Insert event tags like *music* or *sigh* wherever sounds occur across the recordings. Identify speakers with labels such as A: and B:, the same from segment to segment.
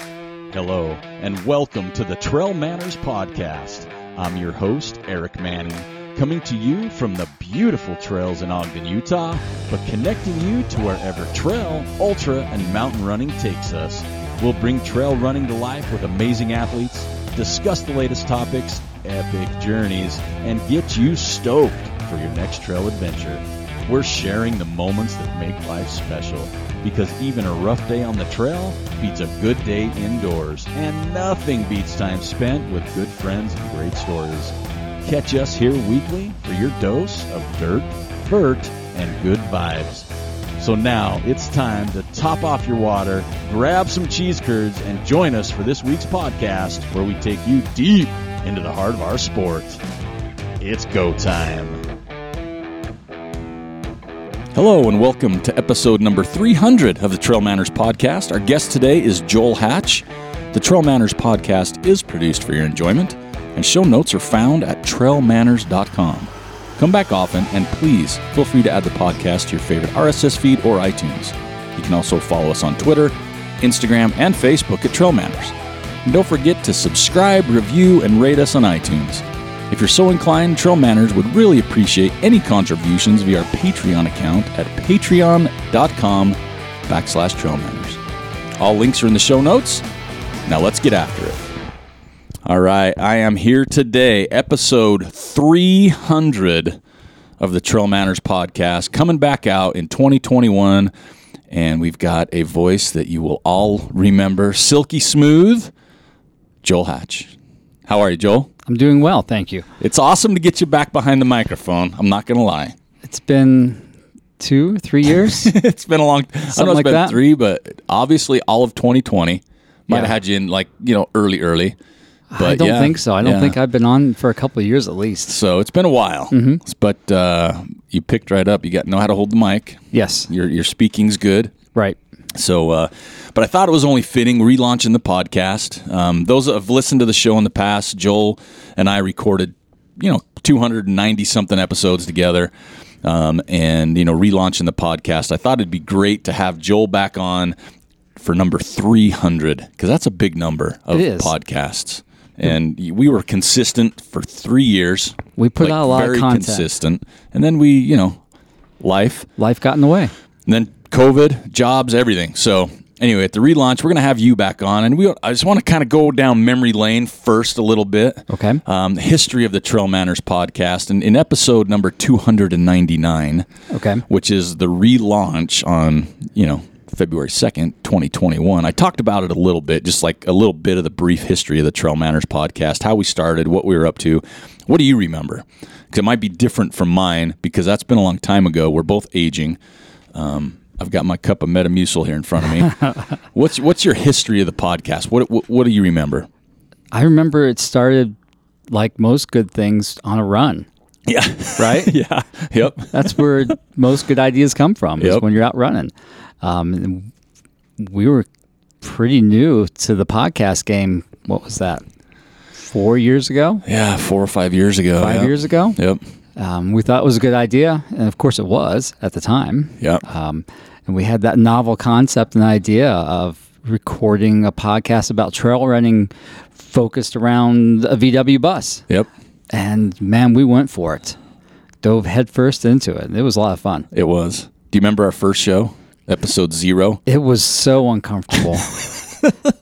A: Hello, and welcome to the Trail Manners Podcast. I'm your host, Eric Manning, coming to you from the beautiful trails in Ogden, Utah, but connecting you to wherever trail, ultra, and mountain running takes us. We'll bring trail running to life with amazing athletes, discuss the latest topics, epic journeys, and get you stoked for your next trail adventure. We're sharing the moments that make life special because even a rough day on the trail beats a good day indoors, and nothing beats time spent with good friends and great stories. Catch us here weekly for your dose of dirt, vert, and good vibes. So now it's time to top off your water, grab some cheese curds, and join us for this week's podcast where we take you deep into the heart of our sport. It's go time. Hello and welcome to episode number 300 of the Trail Manners Podcast. Our guest today is Joel Hatch. The Trail Manners Podcast is produced for your enjoyment, and show notes are found at trailmanners.com. Come back often, and please feel free to add the podcast to your favorite RSS feed or iTunes. You can also follow us on Twitter, Instagram, and Facebook at Trail Manners. And don't forget to subscribe, review, and rate us on iTunes. If you're so inclined, Trail Manners would really appreciate any contributions via our Patreon account at patreon.com backslash Trail Manners. All links are in the show notes. Now let's get after it. All right, I am here today, episode 300 of the Trail Manners podcast, coming back out in 2021. And we've got a voice that you will all remember, silky smooth, Joel Hatch. How are you, Joel?
B: I'm doing well, thank you.
A: It's awesome to get you back behind the microphone. I'm not going to lie. *laughs*
B: It's been two, three years.
A: It's been a long I know
B: Something
A: it's
B: like
A: been
B: that.
A: three, but obviously all of 2020 might have
B: Yeah.
A: had you in like, you know, early, early. But
B: I don't
A: yeah,
B: think so. I don't
A: yeah.
B: think I've been on for a couple of years at least.
A: So it's been a while,
B: Mm-hmm.
A: but uh, you picked right up. You got know how to hold the mic.
B: Yes,
A: Your, your speaking's good.
B: right.
A: So, uh, but I thought it was only fitting relaunching the podcast. Um, those that have listened to the show in the past, Joel and I recorded, you know, 290 something episodes together. Um, and, you know, relaunching the podcast, I thought it'd be great to have Joel back on for number 300, because that's a big number of
B: It is.
A: podcasts. And we were consistent for three years.
B: We put out a lot of
A: very
B: content.
A: consistent. And then we, you know, life.
B: Life got in the way.
A: And then COVID, jobs, everything. So anyway, at the relaunch, we're gonna have you back on, and we I just want to kind of go down memory lane first a little bit.
B: Okay.
A: Um, the history of the Trail Manners podcast, and in episode number two hundred and ninety nine,
B: Okay.
A: which is the relaunch on you know February second, twenty twenty one. I talked about it a little bit, just like a little bit of the brief history of the Trail Manners podcast, how we started, what we were up to. What do you remember? Because it might be different from mine because that's been a long time ago. We're both aging. Um, I've got my cup of Metamucil here in front of *laughs* me. what's what's your history of the podcast? What what, what do you remember?
B: I remember it started like most good things on a run,
A: Yeah, *laughs*
B: right?
A: yeah, yep.
B: That's where most good ideas come from. Is
A: Yep.
B: when you're out running. Um, and we were pretty new to the podcast game. What was that? Four years ago?
A: Yeah, four or five years ago.
B: Five years ago?
A: Yep.
B: Um, we thought it was a good idea, and of course it was at the time.
A: Yep.
B: Um, and we had that novel concept and idea of recording a podcast about trail running focused around a VW bus.
A: Yep.
B: And man, we went for it. Dove headfirst into it. It was a lot of fun.
A: It was. Do you remember our first show, episode zero?
B: It was so uncomfortable.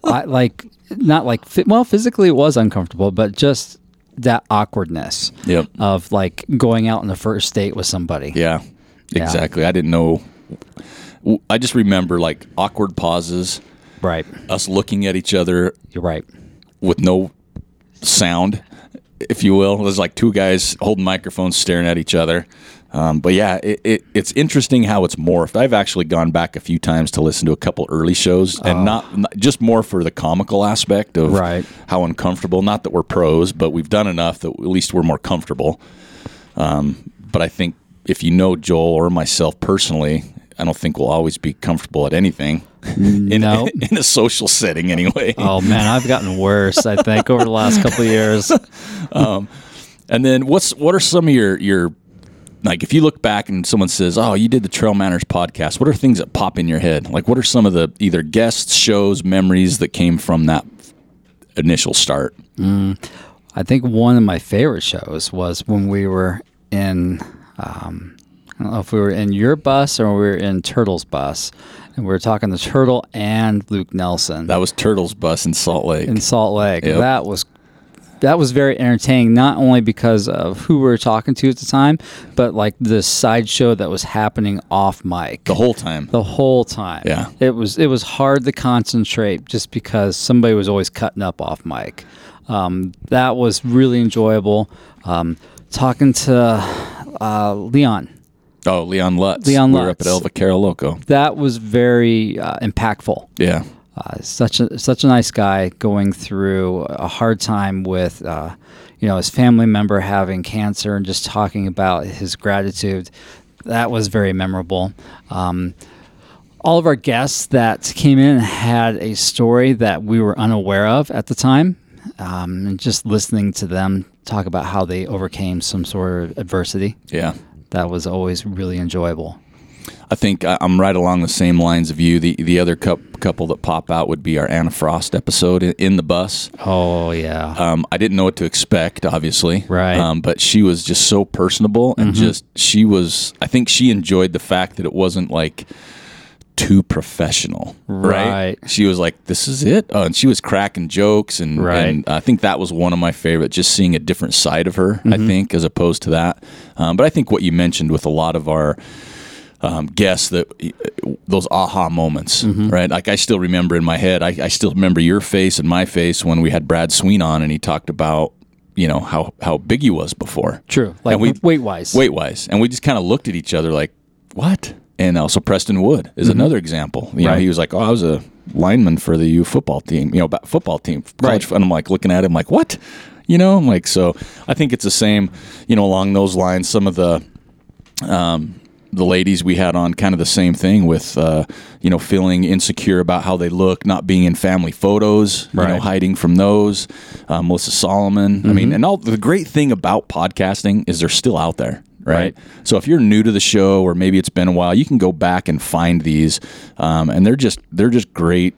B: I, like, not like, phy- well, physically it was uncomfortable, but just that awkwardness
A: Yep.
B: of like going out on the first date with somebody.
A: Yeah, exactly. I didn't know. w- I just remember like awkward pauses,
B: Right.
A: us looking at each other
B: You're right.
A: with no sound, if you will. There's like two guys holding microphones, staring at each other. Um, but yeah, it, it, it's interesting how it's morphed. I've actually gone back a few times to listen to a couple early shows, and not, not- just more for the comical aspect of
B: Oh. Right.
A: how uncomfortable. Not that we're pros, but we've done enough that at least we're more comfortable. Um, but I think if you know Joel or myself personally, I don't think we'll always be comfortable at anything *laughs* in,
B: No.
A: in a social setting, anyway.
B: Oh man, I've gotten worse. I think over the last couple of years.
A: And then what's what are some of your your like if you look back and someone says, "Oh, you did the Trail Manners podcast." What are things that pop in your head? Like what are some of the either guests, shows, memories that came from that initial start.
B: I think one of my favorite shows was when we were in, um, I don't know if we were in your bus or we were in Turtle's bus, and we were talking to Turtle and Luke Nelson
A: That was Turtles Bus in Salt Lake.
B: in Salt Lake.
A: Yep.
B: That was that was very entertaining, not only because of who we were talking to at the time, but like the sideshow that was happening off mic
A: the whole time.
B: the whole time.
A: Yeah.
B: It was it was hard to concentrate just because somebody was always cutting up off mic. Um, that was really enjoyable. Um, talking to uh, Leon,
A: Oh, Leon Lutz.
B: Leon
A: We were up at
B: Lutz.
A: El Vaquero Loco.
B: that was very uh, impactful.
A: Yeah.
B: Uh, such a such a nice guy going through a hard time with uh, you know his family member having cancer and just talking about his gratitude. That was very memorable. Um, all of our guests that came in had a story that we were unaware of at the time, um, and just listening to them talk about how they overcame some sort of adversity
A: Yeah.
B: that was always really enjoyable.
A: I think I- I'm right along the same lines of you. The the other coup- couple that pop out would be our Anna Frost episode in, in the bus.
B: Oh yeah,
A: Um, I didn't know what to expect, obviously.
B: Right. Mm-hmm.
A: Um, but she was just so personable and just she was. I think she enjoyed the fact that it wasn't like too professional.
B: Right.
A: She was like, "This is it," uh, and she was cracking jokes, and
B: Right.
A: and I think that was one of my favorite. Just seeing a different side of her,
B: Mm-hmm.
A: I think, as opposed to that. Um, but I think what you mentioned with a lot of our um, guess that uh, those aha moments,
B: Mm-hmm.
A: right? Like I still remember in my head, I, I still remember your face and my face when we had Brad Sween on and he talked about, you know, how, how big he was before.
B: true. Like
A: and we-
B: weight wise,
A: Weight wise. And we just kind of looked at each other like, what? And also Preston Wood is another example. You know,
B: Mm-hmm. Right.
A: he was like, oh, I was a lineman for the U football team, you know, ba- football team.
B: Right.
A: college foot- And I'm like looking at him like, what? You know, I'm like, so I think it's the same, you know, along those lines. Some of the, um, the ladies we had on kind of the same thing with uh, you know feeling insecure about how they look not being in family photos you know
B: Right.
A: hiding from those uh, melissa solomon i
B: Mm-hmm.
A: mean and all the great thing about podcasting is they're still out there right?
B: Right.
A: so if you're new to the show or maybe it's been a while you can go back and find these um, and they're just they're just great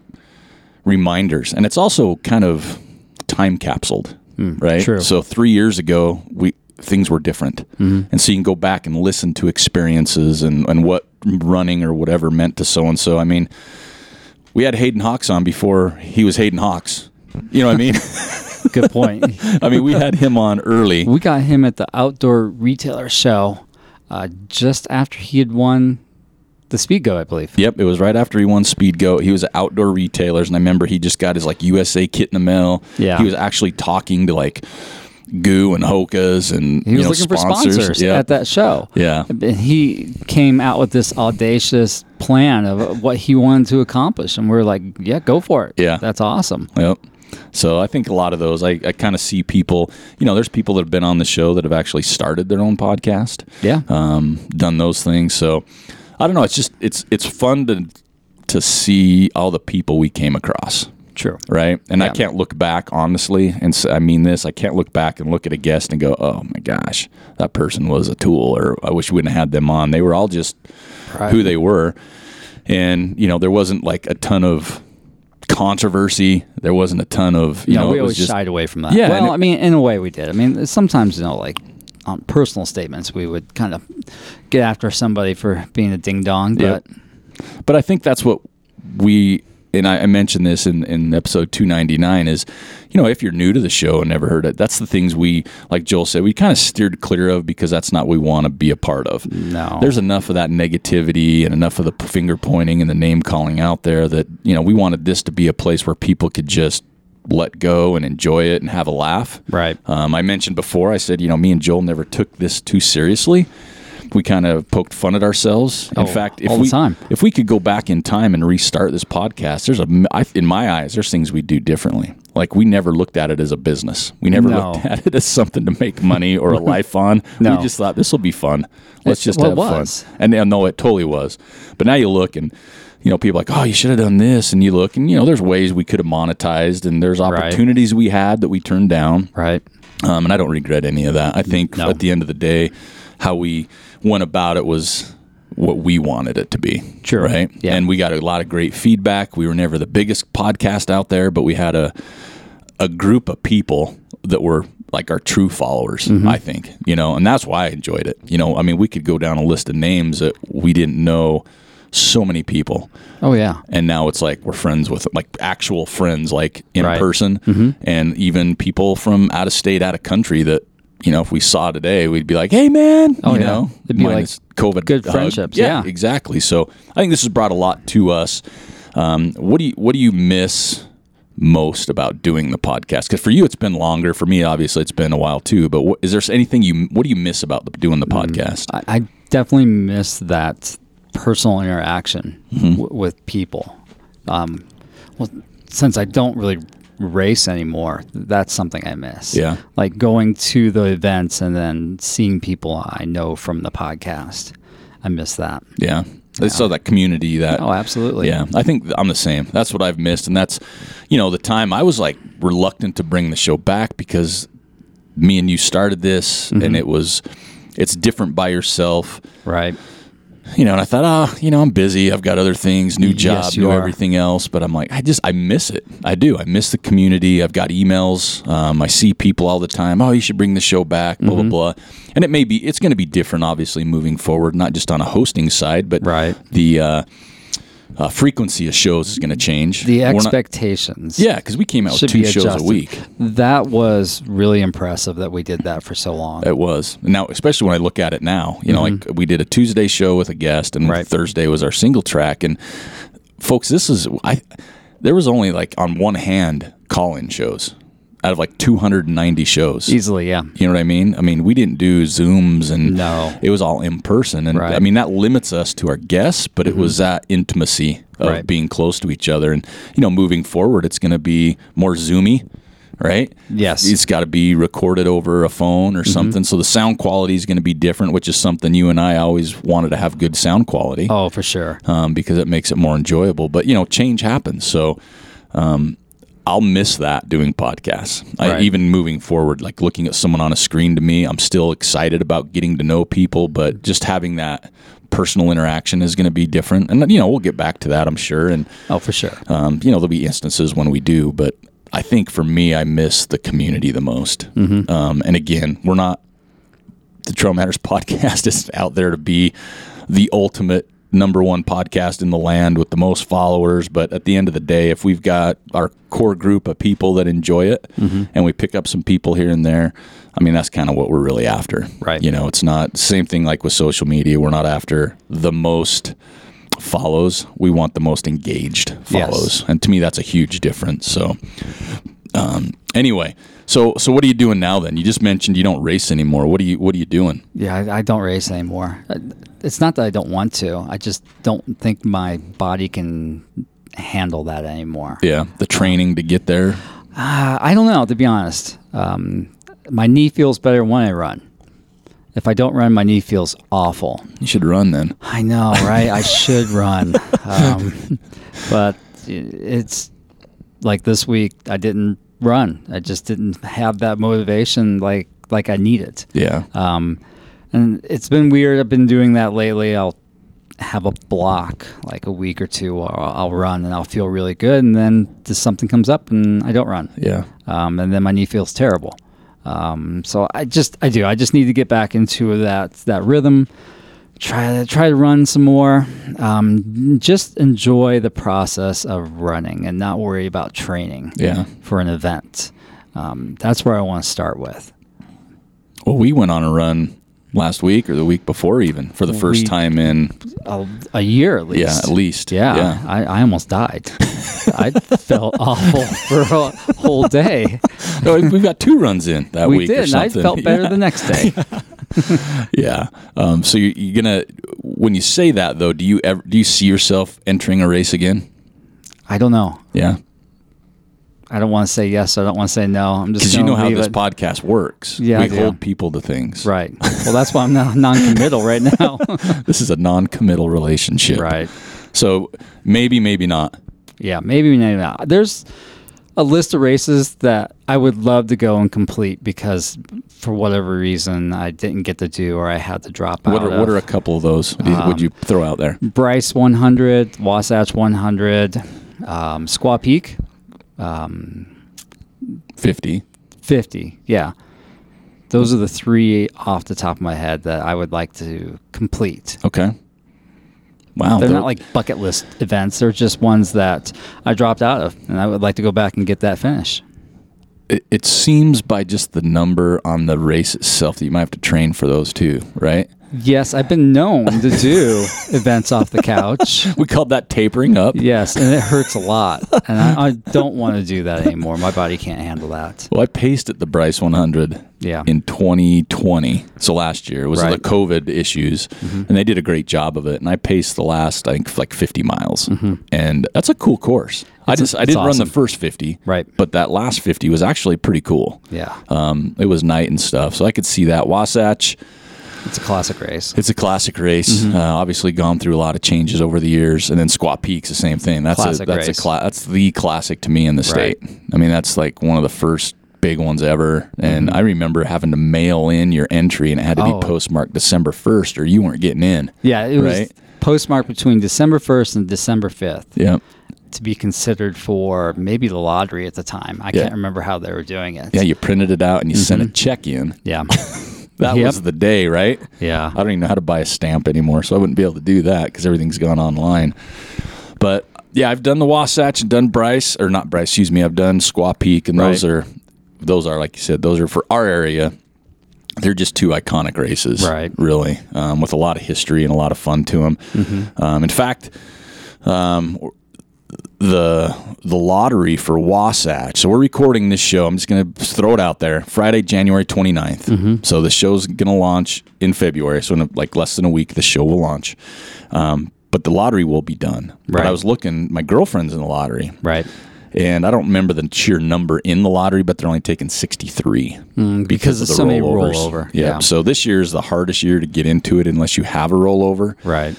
A: reminders and it's also kind of time capsuled right
B: Hmm, true.
A: so three years ago we things were different
B: Mm-hmm.
A: and so you can go back and listen to experiences and, and what running or whatever meant to so and so i mean we had hayden hawks on before he was hayden hawks you know what i mean *laughs*
B: good point.
A: i mean we had him on early
B: We got him at the outdoor retailer show uh, just after he had won the Speed Go, I believe.
A: Yep, it was right after he won Speed Go. He was at outdoor retailers, and I remember he just got his like USA kit in the mail.
B: Yeah.
A: he was actually talking to like Goo and Hokas and
B: He was
A: you know,
B: looking
A: sponsors.
B: for sponsors
A: Yeah,
B: at that show.
A: yeah,
B: And he came out with this audacious plan of what he wanted to accomplish. And we are like, yeah, go for it.
A: Yeah. Uh,
B: That's awesome.
A: yep. So I think a lot of those, I, I kind of see people. You know, there's people that have been on the show that have actually started their own podcast.
B: Yeah.
A: um, done those things. So I don't know. It's just it's it's fun to to see all the people we came across.
B: True.
A: right? And I
B: Yeah.
A: can't look back honestly, and s I I mean this. I can't look back and look at a guest and go, "Oh my gosh, that person was a tool," or "I wish we wouldn't have had them on." They were all just
B: Right.
A: who they were, and you know there wasn't like a ton of controversy. There wasn't a ton of you
B: No,
A: know.
B: we
A: it was
B: always
A: just,
B: shied away from that.
A: Yeah, and
B: Well,
A: it-
B: I mean, in a way, we did. I mean, sometimes, you know, like on personal statements, we would kind of get after somebody for being a ding dong.
A: Yep.
B: But
A: But I think that's what we and I, I mentioned this in, in episode 299 is, you know, if you're new to the show and never heard it, that's the things we, like Joel said, we kind of steered clear of because that's not what we want to be a part of.
B: no.
A: There's enough of that negativity and enough of the p- finger pointing and the name calling out there that, you know, we wanted this to be a place where people could just let go and enjoy it and have a laugh.
B: Right.
A: Um, I mentioned before, I said, you know, me and Joel never took this too seriously. We kind of poked fun at ourselves. In
B: Oh,
A: fact, if
B: all the
A: we
B: time.
A: if we could go back in time and restart this podcast, there's a I, in my eyes, there's things we do differently. Like we never looked at it as a business. We never
B: No.
A: looked *laughs* at it as something to make money
B: *laughs*
A: or a life on.
B: No.
A: We just thought this will be fun. Let's
B: It's-
A: just
B: well,
A: have
B: it was.
A: fun. And yeah, no, it totally was. But now you look and you know people are like, oh, you should have done this, and you look and you know there's ways we could have monetized, and there's opportunities we had that we turned down.
B: Right.
A: Um, and I don't regret any of that. I think
B: No.
A: at the end of the day, how we went about it was what we wanted it to be.
B: Sure.
A: Right.
B: Yeah.
A: And we got a lot of great feedback. We were never the biggest podcast out there, but we had a a group of people that were like our true followers,
B: Mm-hmm.
A: I think, you know, and that's why I enjoyed it. You know, I mean, we could go down a list of names that we didn't know so many people.
B: Oh yeah.
A: And now it's like we're friends with like actual friends, like in
B: Right. Mm-hmm.
A: person, and even people from out of state, out of country that, you know, if we saw today, we'd be like, hey, man, you
B: Oh, yeah.
A: know,
B: It'd be like
A: minus COVID
B: good
A: hug.
B: friendships, yeah.
A: exactly. So I think this has brought a lot to us. Um, what do you what do you miss most about doing the podcast? Because for you, it's been longer. For me, obviously, it's been a while too. But what, is there anything you what do you miss about the, doing the
B: Mm.
A: podcast?
B: I, I definitely miss that personal interaction w- with people. Um, well, since I don't really race anymore, that's something I miss.
A: Yeah.
B: Like going to the events and then seeing people I know from the podcast. I miss that.
A: yeah. So that community that
B: Oh, absolutely.
A: Yeah, I think I'm the same. That's what I've missed, and that's, you know, the time I was like reluctant to bring the show back because me and you started this, and it was, it's different by yourself,
B: Right.
A: you know. And I thought, ah, you know, I'm busy. I've got other things, new job,
B: Yes, you
A: new
B: are.
A: everything else. But I'm like, I just, I miss it. I do. I miss the community. I've got emails. Um, I see people all the time. Oh, you should bring the show back. Blah
B: Mm-hmm.
A: blah blah. And it may be, it's going to be different, obviously, moving forward, not just on a hosting side, but
B: Right.
A: the. Uh, uh, frequency of shows is going to change.
B: The
A: We're not-
B: expectations.
A: yeah, because we came out with
B: Should
A: two
B: be
A: shows a
B: adjusted.
A: week.
B: That was really impressive that we did that for so long.
A: It was now, especially when I look at it now. You know, like we did a Tuesday show with a guest, and
B: Mm-hmm. Right.
A: Thursday was our single track. And folks, this is I. There was only like on one hand call-in shows out of like 290 shows.
B: Easily, yeah.
A: You know what I mean? I mean, we didn't do Zooms and
B: No.
A: it was all in person. And
B: Right. Mm-hmm.
A: I mean, that limits us to our guests, but it was that intimacy of
B: Right.
A: being close to each other. And, you know, moving forward, it's going to be more Zoomy, right?
B: Yes.
A: It's got to be recorded over a phone or
B: Mm-hmm.
A: something. So the sound quality is going to be different, which is something you and I always wanted to have good sound quality
B: Oh, for sure.
A: um, because it makes it more enjoyable. But you know, change happens, so um, I'll miss that doing podcasts. I,
B: Right.
A: even moving forward, like looking at someone on a screen to me, I'm still excited about getting to know people, but just having that personal interaction is going to be different. And you know, we'll get back to that, I'm sure. And
B: Oh, for sure.
A: um, you know, there'll be instances when we do, but I think for me, I miss the community the most. Um, and again, we're not the Trail Matters *laughs* podcast is out there to be the ultimate number one podcast in the land with the most followers. But at the end of the day, if we've got our core group of people that enjoy it and we pick up some people here and there, I mean, that's kind of what we're really after.
B: Right.
A: You know, it's not same thing like with social media. We're not after the most follows. We want the most engaged
B: Yes.
A: follows. And to me, that's a huge difference. So, um, anyway, so, so what are you doing now then? You just mentioned you don't race anymore. What are you, what are you doing?
B: Yeah, I, I don't race anymore. I- It's not that I don't want to. I just don't think my body can handle that anymore.
A: Yeah, the training to get there.
B: Uh, I don't know, to be honest. Um, my knee feels better when I run. If I don't run, my knee feels awful.
A: You should run then.
B: I know, right? I should *laughs* run. Um, but i- it's like this week, I didn't run. I just didn't have that motivation like, like I needed.
A: Yeah.
B: Um, and it's been weird. I've been doing that lately. I'll have a block like a week or two. Where I'll, I'll run and I'll feel really good, and then just something comes up and I don't run.
A: yeah.
B: Um, and then my knee feels terrible. Um, so I just I do. I just need to get back into that that rhythm. Try to try to run some more. Um, just enjoy the process of running and not worry about training
A: Yeah.
B: for an event. Um, that's where I want to start with.
A: Well, we went on a run last week or the week before even for the first
B: We-
A: time in
B: a, a year at least.
A: yeah, at least.
B: Yeah,
A: Yeah.
B: I, I almost died.
A: *laughs*
B: I felt awful for a whole day.
A: No, Oh, we've got two runs in that
B: We
A: week or
B: did, and I
A: something.
B: felt
A: *laughs*
B: better
A: Yeah.
B: the next day.
A: Yeah. Um, so you, you're gonna when you say that though, do you ever do you see yourself entering a race again?
B: I don't know.
A: Yeah,
B: I don't want to say yes. I don't want to say no. I'm just
A: because you
B: gonna
A: know how
B: leave
A: this
B: it.
A: podcast works.
B: Yeah,
A: we
B: I do.
A: hold people to things.
B: Right. Well, that's why I'm now non-committal right
A: *laughs*
B: now.
A: This is a non-committal relationship.
B: right.
A: So maybe, maybe not.
B: Yeah. Maybe maybe not. There's a list of races that I would love to go and complete because, for whatever reason, I didn't get to do or I had to drop out.
A: What are,
B: of.
A: what are a couple of those? Do
B: Uh-huh.
A: you- would you throw out there?
B: Bryce 100, Wasatch 100, um, Squaw Peak, um,
A: 50.
B: 50 yeah those are the three off the top of my head that i would like to complete
A: Okay. Wow.
B: they're
A: tho-
B: not like bucket list events they're just ones that i dropped out of and i would like to go back and get that finished
A: it, it seems by just the number on the race itself that you might have to train for those too, right?
B: yes i've been known to do events off the couch
A: We called that tapering up.
B: yes and it hurts a lot and i, I don't want to do that anymore my body can't handle that
A: Well, I paced at the Bryce 100
B: Yeah.
A: in 2020. So last year it was
B: Right. Mm-hmm.
A: the COVID issues, and they did a great job of it. And I paced the last, I think, like 50 miles,
B: Mm-hmm.
A: and that's a cool course. I just I
B: it's
A: didn't run
B: awesome.
A: the first 50,
B: Right.
A: But that last 50 was actually pretty cool.
B: yeah
A: Um, it was night and stuff, so I could see that Wasatch.
B: it's a classic race
A: It's a classic race.
B: Mm-hmm.
A: Uh, obviously, gone through a lot of changes over the years, and then Squaw Peak's the same thing. That's a,
B: Classic
A: that's
B: race.
A: a cla- that's the classic to me in the
B: Right.
A: state. I mean, that's like one of the first big ones ever. And I remember having to mail in your entry, and it had to
B: Mm-hmm. Oh.
A: be postmarked December first, or you weren't getting in.
B: yeah it was
A: Right.
B: postmarked between december 1st and december 5th
A: Yeah,
B: to be considered for maybe the lottery at the time. I
A: Yeah.
B: can't remember how they were doing it.
A: yeah. You printed it out and you sent a check in.
B: Yeah.
A: That
B: Mm-hmm. Yep.
A: was the day, right?
B: Yeah.
A: *laughs* I don't even know how to buy a stamp anymore, so I wouldn't be able to do that because everything's gone online. But yeah, I've done the Wasatch and done Bryce or not Bryce, excuse me. I've done Squaw Peak, and those
B: Right.
A: are those are like you said, those are for our area. They're just two iconic races,
B: Right.
A: Really, um, with a lot of history and a lot of fun to them.
B: Mm-hmm.
A: Um, in fact, the the lottery for Wasatch. So we're recording this show. I'm just going to throw it out there. Friday, January 29th.
B: Mm-hmm.
A: So the show's going to launch in February. So in a, like less than a week, the show will launch. Um, but the lottery will be done. But
B: Right.
A: I was looking. My girlfriend's in the lottery,
B: Right.
A: and I don't remember the sheer number in the lottery, but they're only taking 63
B: Mm, because of so many
A: rollovers.
B: rollover.
A: Yeah.
B: Yeah.
A: So this year is the hardest year to get into it unless you have a rollover
B: Right.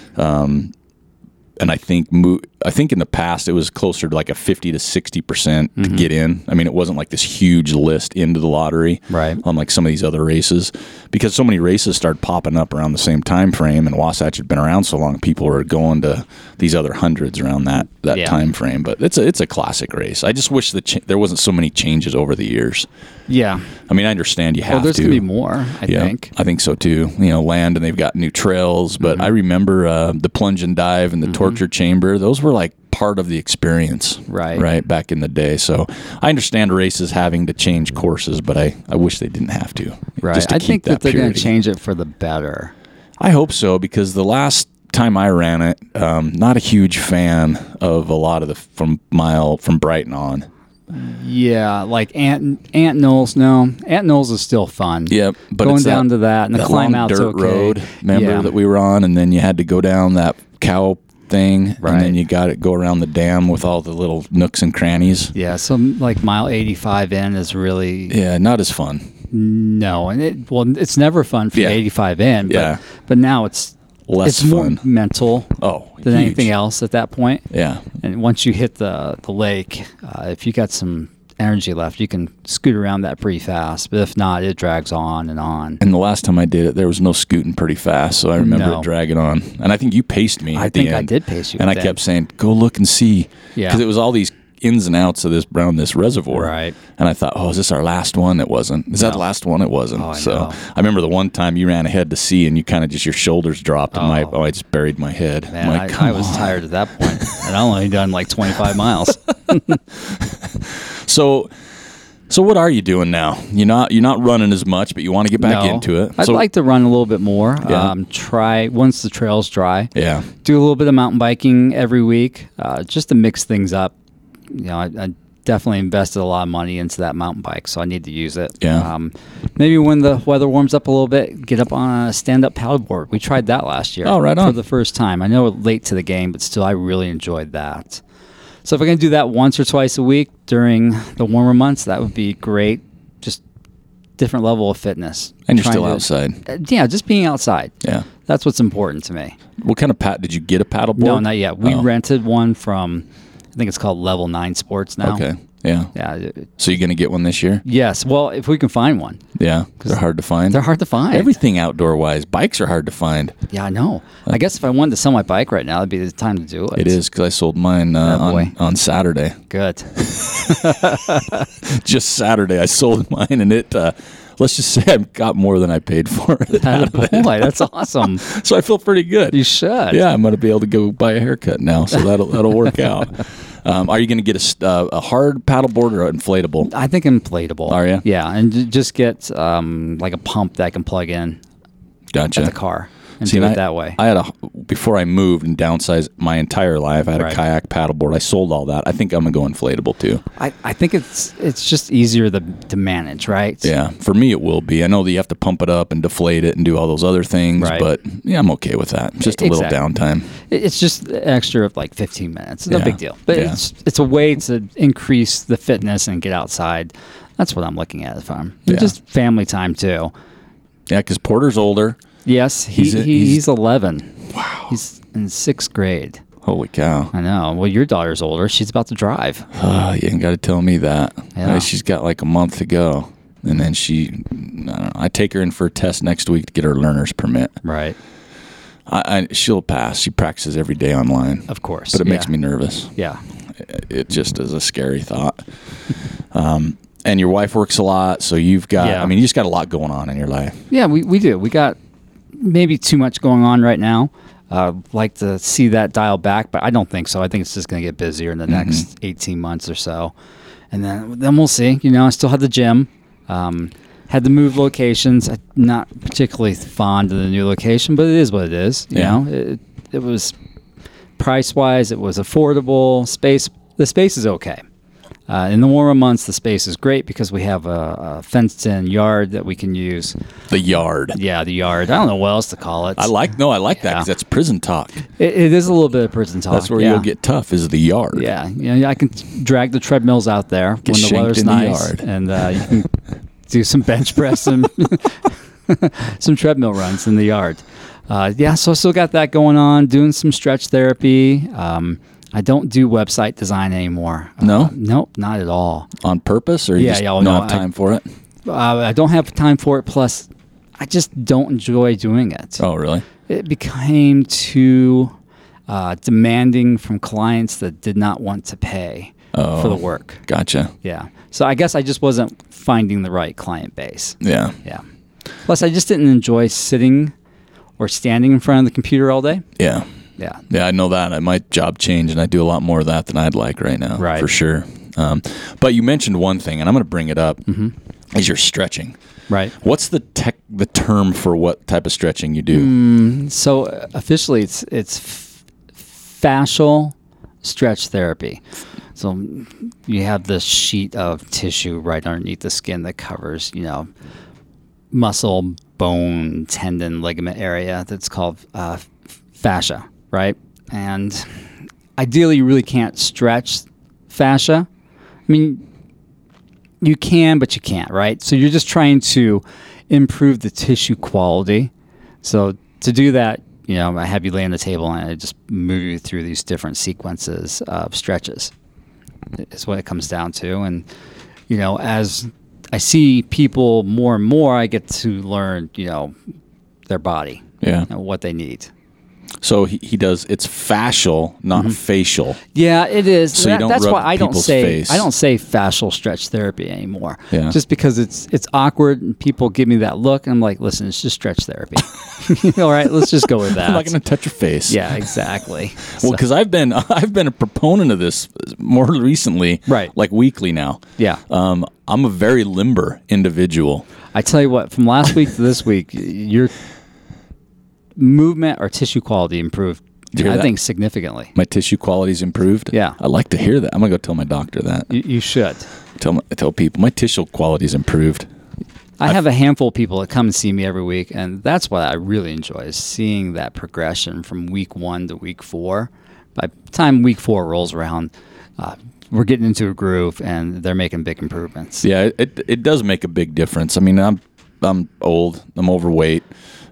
A: and I think mo- I think in the past it was closer to like a fifty to sixty percent
B: Mm-hmm.
A: to get in. I mean, it wasn't like this huge list into the lottery,
B: Right.
A: On like some of these other races, because so many races started popping up around the same time frame, and Wasatch had been around so long, people were going to these other hundreds around that that
B: Yeah.
A: time frame. But it's a it's a classic race. I just wish the cha- there wasn't so many changes over the years.
B: yeah.
A: I mean, I understand you have
B: Well, there's
A: to
B: going to be more, I think.
A: I think so too. You know, land and they've got new trails. But
B: Mm-hmm.
A: I remember uh, the plunge and dive and the torture chamber; those were like part of the experience,
B: Right.
A: Right back in the day. So I understand races having to change courses, but I, I wish they didn't have to.
B: Right.
A: Just to
B: I
A: keep
B: think that, they're going
A: purity.
B: to change it for the better.
A: I hope so because the last time I ran it, um, not a huge fan of a lot of the from mile from Brighton on.
B: Yeah. Like Aunt, Aunt Knowles. No. Aunt Knowles is still fun.
A: Yeah, but
B: Going
A: it's that-
B: down to that and the
A: that
B: climb
A: long
B: out's
A: dirt
B: okay.
A: road, remember
B: Yeah.
A: that we were on, and then you had to go down that cow thing, and
B: Right.
A: then you got to go around the dam with all the little nooks and crannies.
B: yeah. So like mile 85 in is really
A: Yeah, not as fun.
B: No, and it well, it's never fun from
A: Yeah.
B: 85 in. But,
A: Yeah.
B: but now it's
A: Less
B: it's more
A: fun.
B: mental
A: Oh,
B: than
A: huge.
B: anything else at that point.
A: Yeah,
B: And once you hit the the lake, uh, if you got some energy left, you can scoot around that pretty fast. But if not, it drags on and on.
A: and the last time I did it, there was no scooting pretty fast, so I remember
B: No.
A: it dragging on. And I think you paced me.
B: I
A: at the
B: think I
A: end.
B: did pace you
A: and I
B: at the
A: kept
B: end.
A: saying, "Go look and see,"
B: Yeah.
A: because it was all these ins and outs of this around this reservoir.
B: Right.
A: And I thought, "Oh, is this our last one?" It wasn't. Is that the last one? It wasn't.
B: Oh, I
A: so
B: know.
A: I remember the one time you ran ahead to sea, and you kind of just your shoulders dropped, and my oh, I just buried my head. I'm
B: Man,
A: like,
B: I- I,
A: "Come
B: was
A: on."
B: tired at that point, and I only done like 25 miles.
A: So. So what are you doing now? You're not you're not running as much, but you want to get *laughs* back
B: No.
A: into it.
B: I'd
A: So-
B: like to run a little bit more.
A: Yeah.
B: Um, try once the trail's dry.
A: yeah,
B: do a little bit of mountain biking every week uh, just to mix things up you know I, I definitely invested a lot of money into that mountain bike so i need to use it
A: Yeah.
B: um, maybe when the weather warms up a little bit get up on a stand-up paddleboard we tried that last year
A: Oh, right
B: for
A: on.
B: the first time i know we're late to the game but still i really enjoyed that so if i can do that once or twice a week during the warmer months that would be great just different level of fitness
A: and you're
B: Trying
A: still
B: to-
A: outside.
B: Uh, yeah just being outside
A: Yeah.
B: that's what's important to me
A: What kind of pat did you get a paddleboard?
B: no, not yet. We
A: Oh.
B: rented one from think it's called Level Nine Sports now.
A: Okay. Yeah.
B: Yeah. it-
A: So you're going to get one this year?
B: Yes. Well, if we can find one,
A: Yeah. They're hard to find.
B: they're hard to find.
A: Everything outdoor wise. Bikes are hard to find.
B: Yeah, I know. I guess if I wanted to sell my bike right now, that'd be the time to do it.
A: It is because I sold mine uh,
B: Oh, boy.
A: on, on Saturday. *laughs*
B: good. *laughs*
A: Just Saturday, I sold *laughs* mine, and it. Uh, let's just say I got more than I paid for
B: *laughs*
A: it.
B: That boy, that's awesome.
A: so I feel pretty good.
B: You should.
A: yeah, I'm going to be able to go buy a haircut now, so that'll that'll work
B: *laughs*
A: out. Um, are you going to get a, s- uh, a hard paddleboard or an inflatable?
B: I think inflatable.
A: Are ya?
B: Yeah, and j- just get um, like a pump that I can plug in
A: Gotcha.
B: at the car and
A: See,
B: do
A: and
B: it
A: I-
B: that way.
A: I had a before I moved and downsized my entire life. I had a
B: Right.
A: kayak paddleboard. I sold all that. I think I'm gonna go inflatable too.
B: I, I think it's it's just easier to, to manage, right?
A: Yeah, for me it will be. I know that you have to pump it up and deflate it and do all those other things,
B: Right.
A: but yeah, I'm okay with that. Just a
B: Exactly.
A: little downtime.
B: It- It's just an extra of like 15 minutes. No
A: Yeah.
B: big deal. But
A: Yeah.
B: it's it's a way to increase the fitness and get outside. That's what I'm looking at if I'm
A: Yeah.
B: just family time too.
A: Yeah, because Porter's older.
B: Yes, he,
A: He's
B: he's,
A: a-
B: he,
A: he's-
B: he's, 11. Wow. He's in sixth grade.
A: Holy cow!
B: I know. Well, your daughter's older. She's about to drive.
A: Ah, *sighs* you ain't got to tell me that.
B: Uh-huh. Yeah.
A: Uh, She's got like a month to go, and then she. I don't know. I take her in for a test next week to get her learner's permit.
B: Right.
A: I, I she'll pass. She practices every day online,
B: Of course.
A: but it makes
B: Yeah.
A: me nervous.
B: Yeah.
A: it just is a scary thought. Um, and your wife works a lot, so you've got.
B: Yeah.
A: I mean, you just got a lot going on in your life.
B: Yeah, we, we do. We got maybe too much going on right now. Uh, like to see that dial back, but I don't think so. I think it's just going to get busier in the next 18 months or so. And then then we'll see. You know, I still have the gym. Um, had to move locations. I'm not particularly fond of the new location, but it is what it is. You
A: Yeah.
B: know, it, it was price wise, it was affordable. Space, the space is okay. Uh, in the warmer months, the space is great because we have a, a fenced in yard that we can use.
A: The yard.
B: Yeah, the yard. I don't know what else to call it.
A: I like. No, I like that
B: Yeah.
A: 'cause that's prison talk.
B: it. It is a little bit of prison talk.
A: That's where
B: yeah.
A: you'll get tough. Is the yard.
B: Yeah, yeah. yeah, I can drag the treadmills out there when the
A: shanked
B: weather's
A: in the
B: nice,
A: yard.
B: and uh, you can *laughs* do some *laughs* bench press and some treadmill runs in the yard. Uh, yeah, so I still got that going on. Doing some stretch therapy. Um, I don't do website design anymore.
A: No?
B: Uh, nope, not at all.
A: On purpose, or you
B: Yeah,
A: just
B: yeah,
A: don't
B: well, no,
A: have
B: I-
A: time for it.
B: Uh, I don't have time for it. Plus, I just don't enjoy doing it.
A: Oh, really?
B: it became too uh, demanding from clients that did not want to pay for the work.
A: Gotcha.
B: Yeah. So I guess I just wasn't finding the right client base.
A: Yeah.
B: Yeah. Plus, I just didn't enjoy sitting or standing in front of the computer all day.
A: Yeah.
B: Yeah.
A: Yeah, I know that. I my job changed, and I do a lot more of that than I'd like right now,
B: Right.
A: For sure. Um, but you mentioned one thing, and I'm going to bring it up:
B: Mm-hmm.
A: is your stretching.
B: Right.
A: What's the tech? The term for what type of stretching you do?
B: Mm. So uh, officially, it's it's f- fascial stretch therapy. So mm, you have this sheet of tissue right underneath the skin that covers, you know, muscle, bone, tendon, ligament area. That's called uh, f- fascia, right? And ideally, you really can't stretch fascia. I mean, you can, but you can't, right? So you're just trying to improve the tissue quality. So to do that, you know, I have you lay on the table and I just move you through these different sequences of stretches. Is what it comes down to, and you know, as I see people more and more, I get to learn, you know, their body,
A: Yeah.
B: and what they need.
A: So he, he does. It's fascial, not
B: Mm-hmm.
A: facial.
B: Yeah, it is.
A: So you
B: That-
A: don't
B: that's
A: rub
B: why I don't
A: people's
B: say
A: face.
B: I don't say fascial stretch therapy anymore.
A: Yeah.
B: Just because it's it's awkward and people give me that look and I'm like, listen, it's just stretch therapy. *laughs* All right, let's just go
A: *laughs*
B: with that.
A: I'm not going to touch your face.
B: yeah, exactly.
A: Well,
B: So-
A: because I've been *laughs* I've been a proponent of this more recently,
B: Right.
A: Like weekly now.
B: yeah,
A: Um, I'm a very limber individual.
B: I tell you what, from last week to this week, y- your movement or tissue quality improved.
A: you hear
B: I
A: that?
B: think significantly.
A: My tissue quality's improved.
B: Yeah.
A: I like to hear that. I'm gonna go tell my doctor that.
B: You, you should.
A: Tell my, tell people my tissue quality's improved.
B: I have a handful of people that come and see me every week, and that's what I really enjoy is seeing that progression from week one to week four. By the time week four rolls around, uh, we're getting into a groove, and they're making big improvements.
A: Yeah, it, it it does make a big difference. I mean, I'm I'm old. I'm overweight.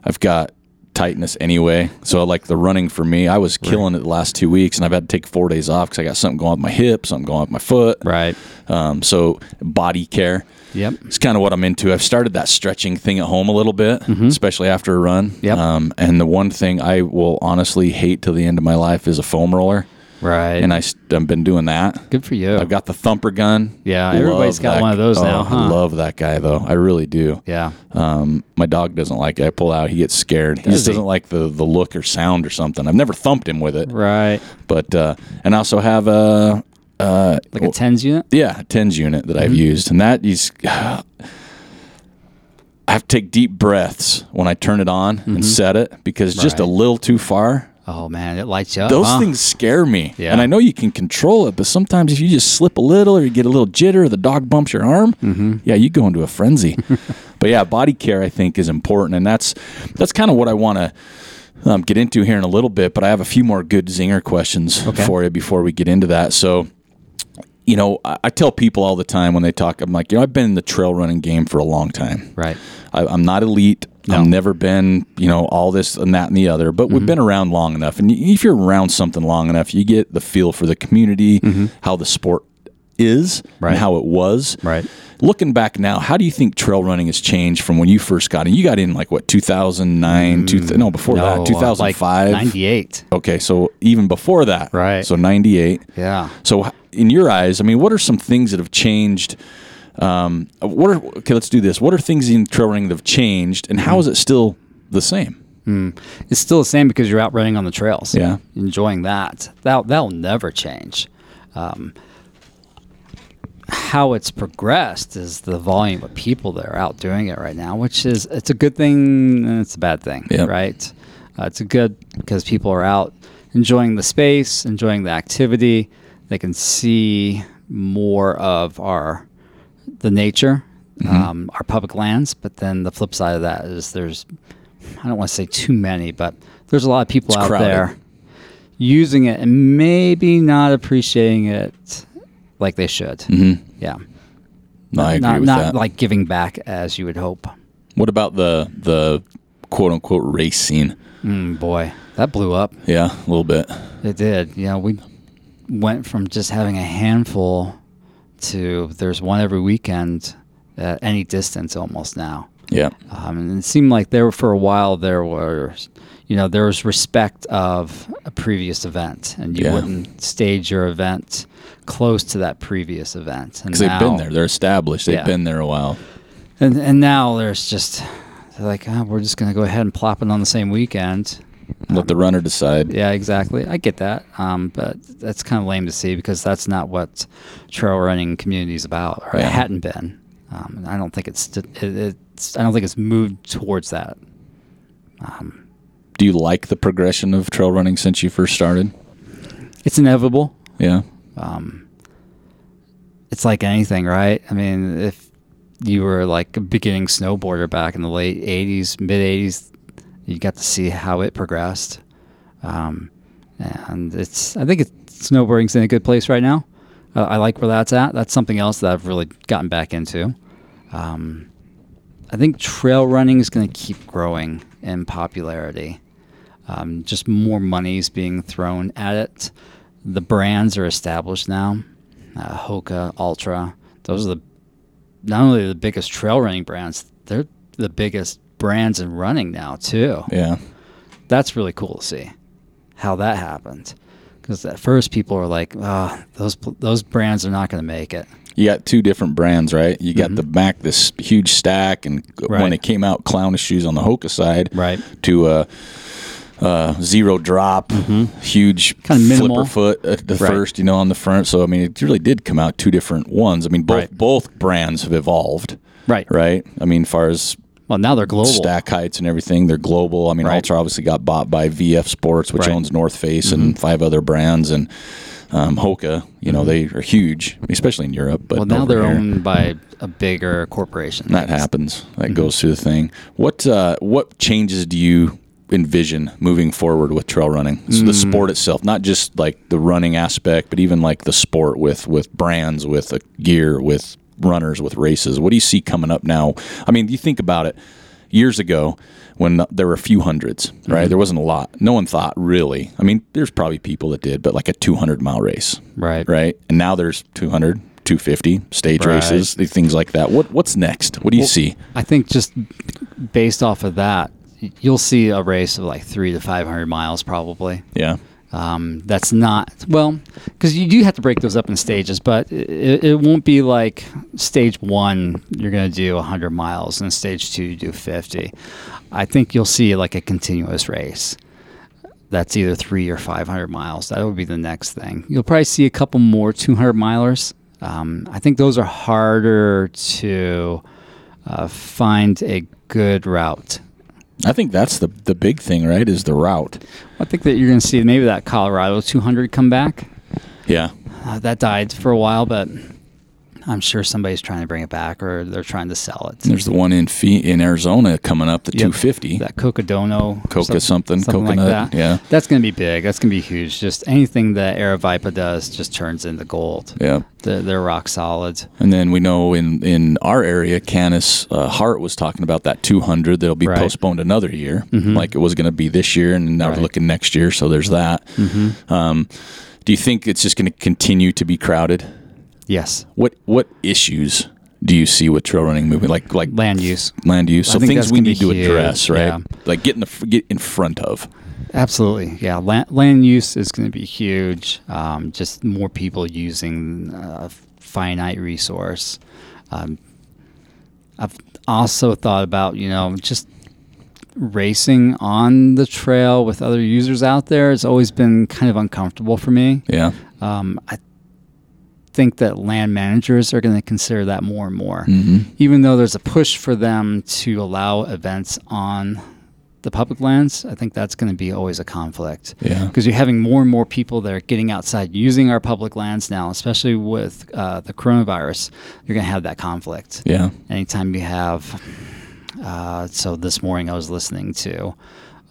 A: I've got tightness anyway. So like the running for me, I was killing it the last two weeks, and I've had to take four days off because I got something going with my hip, something going with my foot.
B: Right.
A: Um, so body care.
B: Yep.
A: It's kind of what I'm into. I've started that stretching thing at home a little bit, especially after a run.
B: Mm-hmm. Yep.
A: Um, and the one thing I will honestly hate till the end of my life is a foam roller,
B: Right.
A: and I st- I've been doing that.
B: Good for you.
A: I've got the thumper gun.
B: Yeah, everybody's
A: Love
B: got
A: that-
B: one of those
A: oh,
B: now,
A: I
B: huh?
A: love that guy though. I really do.
B: yeah.
A: Um, my dog doesn't like it. I pull out, he gets scared. he
B: Does
A: just
B: he?
A: doesn't like the the look or sound or something. I've never thumped him with it,
B: Right.
A: but uh, and I also have a uh,
B: Like a tens unit.
A: yeah, a tens unit that I've
B: Mm-hmm.
A: used, and that is. *sighs* I have to take deep breaths when I turn it on and set it because just a
B: Mm-hmm. Right.
A: little too far,
B: Oh man, it lights you up.
A: those
B: huh?
A: things scare me.
B: Yeah.
A: And I know you can control it, but sometimes if you just slip a little or you get a little jitter or the dog bumps your arm,
B: Mm-hmm.
A: yeah, you go into a
B: *laughs*
A: frenzy. but yeah, body care I think is important, and that's that's kind of what I want to um, get into here in a little bit. But I have a few more good zinger questions
B: Okay.
A: for you before we get into that. So. You know, I I tell people all the time when they talk, I'm like, you know, I've been in the trail running game for a long time.
B: Right.
A: I, I'm not elite. I've never been, you know, all this and that and the other, but
B: Mm-hmm.
A: we've been around long enough. And y- if you're around something long enough, you get the feel for the community, how the sport is,
B: Mm-hmm. Right.
A: and how it was.
B: Right.
A: Looking back now, how do you think trail running has changed from when you first got in? You got in like what, 2009, two th- no, before
B: No, uh,
A: that,
B: like
A: 2005.
B: Ninety-eight.
A: okay, so even before that.
B: Right.
A: So 98.
B: Yeah.
A: So, h- in your eyes, I mean, what are some things that have changed? Um, what are okay? Let's do this. What are things in trail running that have changed, and
B: Hmm.
A: how is it still the same?
B: It's still the same because you're out running on the trails.
A: Yeah.
B: Enjoying that. That that'll never change. Um, how it's progressed is the volume of people that are out doing it right now, which is it's a good thing and it's a bad thing,
A: Yep.
B: right? Uh, it's a good because people are out enjoying the space, enjoying the activity. They can see more of our the nature,
A: Mm-hmm.
B: um, our public lands. But then the flip side of that is there's, I don't want to say too many, but there's a lot of people out
A: crowded.
B: there using it and maybe not appreciating it like they should. Yeah.
A: No, Mm-hmm. I agree
B: not
A: with
B: not
A: that.
B: like giving back as you would hope.
A: what about the the quote unquote race scene?
B: Mm, boy, that blew up.
A: Yeah, a little bit.
B: It did. You know, we went from just having a handful to there's one every weekend at any distance almost now.
A: Yeah,
B: Um, and it seemed like there for a while there was, you know, there was respect of a previous event, and you
A: Yeah.
B: wouldn't stage your event close to that previous event. And
A: because they've
B: now-
A: been there. They're established. They've
B: Yeah.
A: been there a while.
B: And and now there's just they're like oh, we're just gonna go ahead and plop it on the same weekend.
A: Let the runner decide.
B: Yeah, exactly. I get that, um, but that's kind of lame to see because that's not what trail running community is about, or
A: Yeah.
B: it hadn't been. Um, and I don't think it's it, it's I don't think it's moved towards that.
A: Do you like the progression of trail running since you first started?
B: It's inevitable.
A: Yeah,
B: it's like anything, right? I mean, if you were like a beginning snowboarder back in the late 80s, mid 80s, you got to see how it progressed. Um, and it's, I think it's, snowboarding's in a good place right now. Uh, I like where that's at. That's something else that I've really gotten back into. Um, I think trail running is going to keep growing in popularity. Um, just more money's being thrown at it. The brands are established now. Uh, Hoka, Ultra. Those are the not only the biggest trail running brands, they're the biggest brands in running now too.
A: yeah,
B: That's really cool to see how that happened. Because at first people were like, oh, those those brands are not going to make it.
A: You got two different brands, right? You got the Mac, this huge stack, and when
B: Mm-hmm. Right.
A: it came out, clownish shoes on the Hoka side,
B: Right.
A: To uh, uh, zero drop, huge
B: Mm-hmm. Kinda minimal.
A: flipper foot at the
B: Right.
A: first, you know, on the front. So I mean, it really did come out two different ones. I mean, both
B: Right.
A: both brands have evolved,
B: Right.
A: right? I mean, far as
B: Well, now they're global.
A: stack heights and everything. They're global. I mean,
B: Right.
A: Ultra obviously got bought by VF Sports, which
B: Right. Mm-hmm.
A: owns North Face and five other brands, and um, Hoka. You know, they are huge, especially in Europe. But
B: Well, now
A: over
B: they're
A: here-
B: owned by a bigger corporation.
A: that happens. That goes through the thing. What uh, what changes do you envision moving forward with trail running? S- The sport itself, not just like the running aspect, but even like the sport with with brands, with uh, gear, with runners, with races. What do you see coming up now? I mean, you think about it. years ago when there were a few hundreds, right? There wasn't a lot. No one thought really. I mean, there's probably people that did, but like a 200 mile race,
B: Right.
A: right? And now there's 200, 250 stage
B: Right.
A: races, things like that. What what's next? What do you see?
B: I think just based off of that, y- you'll see a race of like three to 500 miles probably.
A: Yeah.
B: Um, that's not well because you do have to break those up in stages, but it, it won't be like stage one you're going to do 100 miles and stage two you do 50. I think you'll see like a continuous race that's either three or 500 miles. That would be the next thing. You'll probably see a couple more 200 milers. Um, I think those are harder to uh, find a good route.
A: I think that's the the big thing, right? Is the route.
B: I think that you're going to see maybe that Colorado 200 come back.
A: Yeah.
B: Uh, that died for a while, but I'm sure somebody's trying to bring it back or they're trying to sell it.
A: There's the one in Fe- in Arizona coming up, the 250.
B: That Cocodono.
A: Coca something, coconut,
B: like that.
A: yeah.
B: That's going to be big. That's going to be huge. Just anything that Aravipa does just turns into gold.
A: yeah.
B: They're, they're rock solid.
A: And then we know in, in our area, Canis uh, Hart was talking about that 200 that'll be
B: Right. Mm-hmm.
A: postponed another year. Like it was going to be this year, and now we're
B: Right. Mm-hmm.
A: looking next year. So there's that. Um, do you think it's just going to continue to be crowded?
B: Yes.
A: What what issues do you see with trail running movement? Like like
B: Land use.
A: land use, so
B: think
A: things
B: that's
A: we
B: gonna be
A: need to
B: huge,
A: address, right?
B: yeah.
A: Like get in the f- get in front of.
B: Absolutely. Yeah. Land, land use is going to be huge. Um, just more people using a finite resource. Um, I've also thought about, you know, just racing on the trail with other users out there has always been kind of uncomfortable for me.
A: Yeah,
B: Um, I think that land managers are going to consider that more and more, even though there's a push for them to allow events on the public lands. I think that's going to be always a conflict
A: yeah,
B: because you're having more and more people that are getting outside using our public lands now, especially with uh, the coronavirus. You're going to have that conflict
A: yeah.
B: anytime you have uh, so this morning i was listening to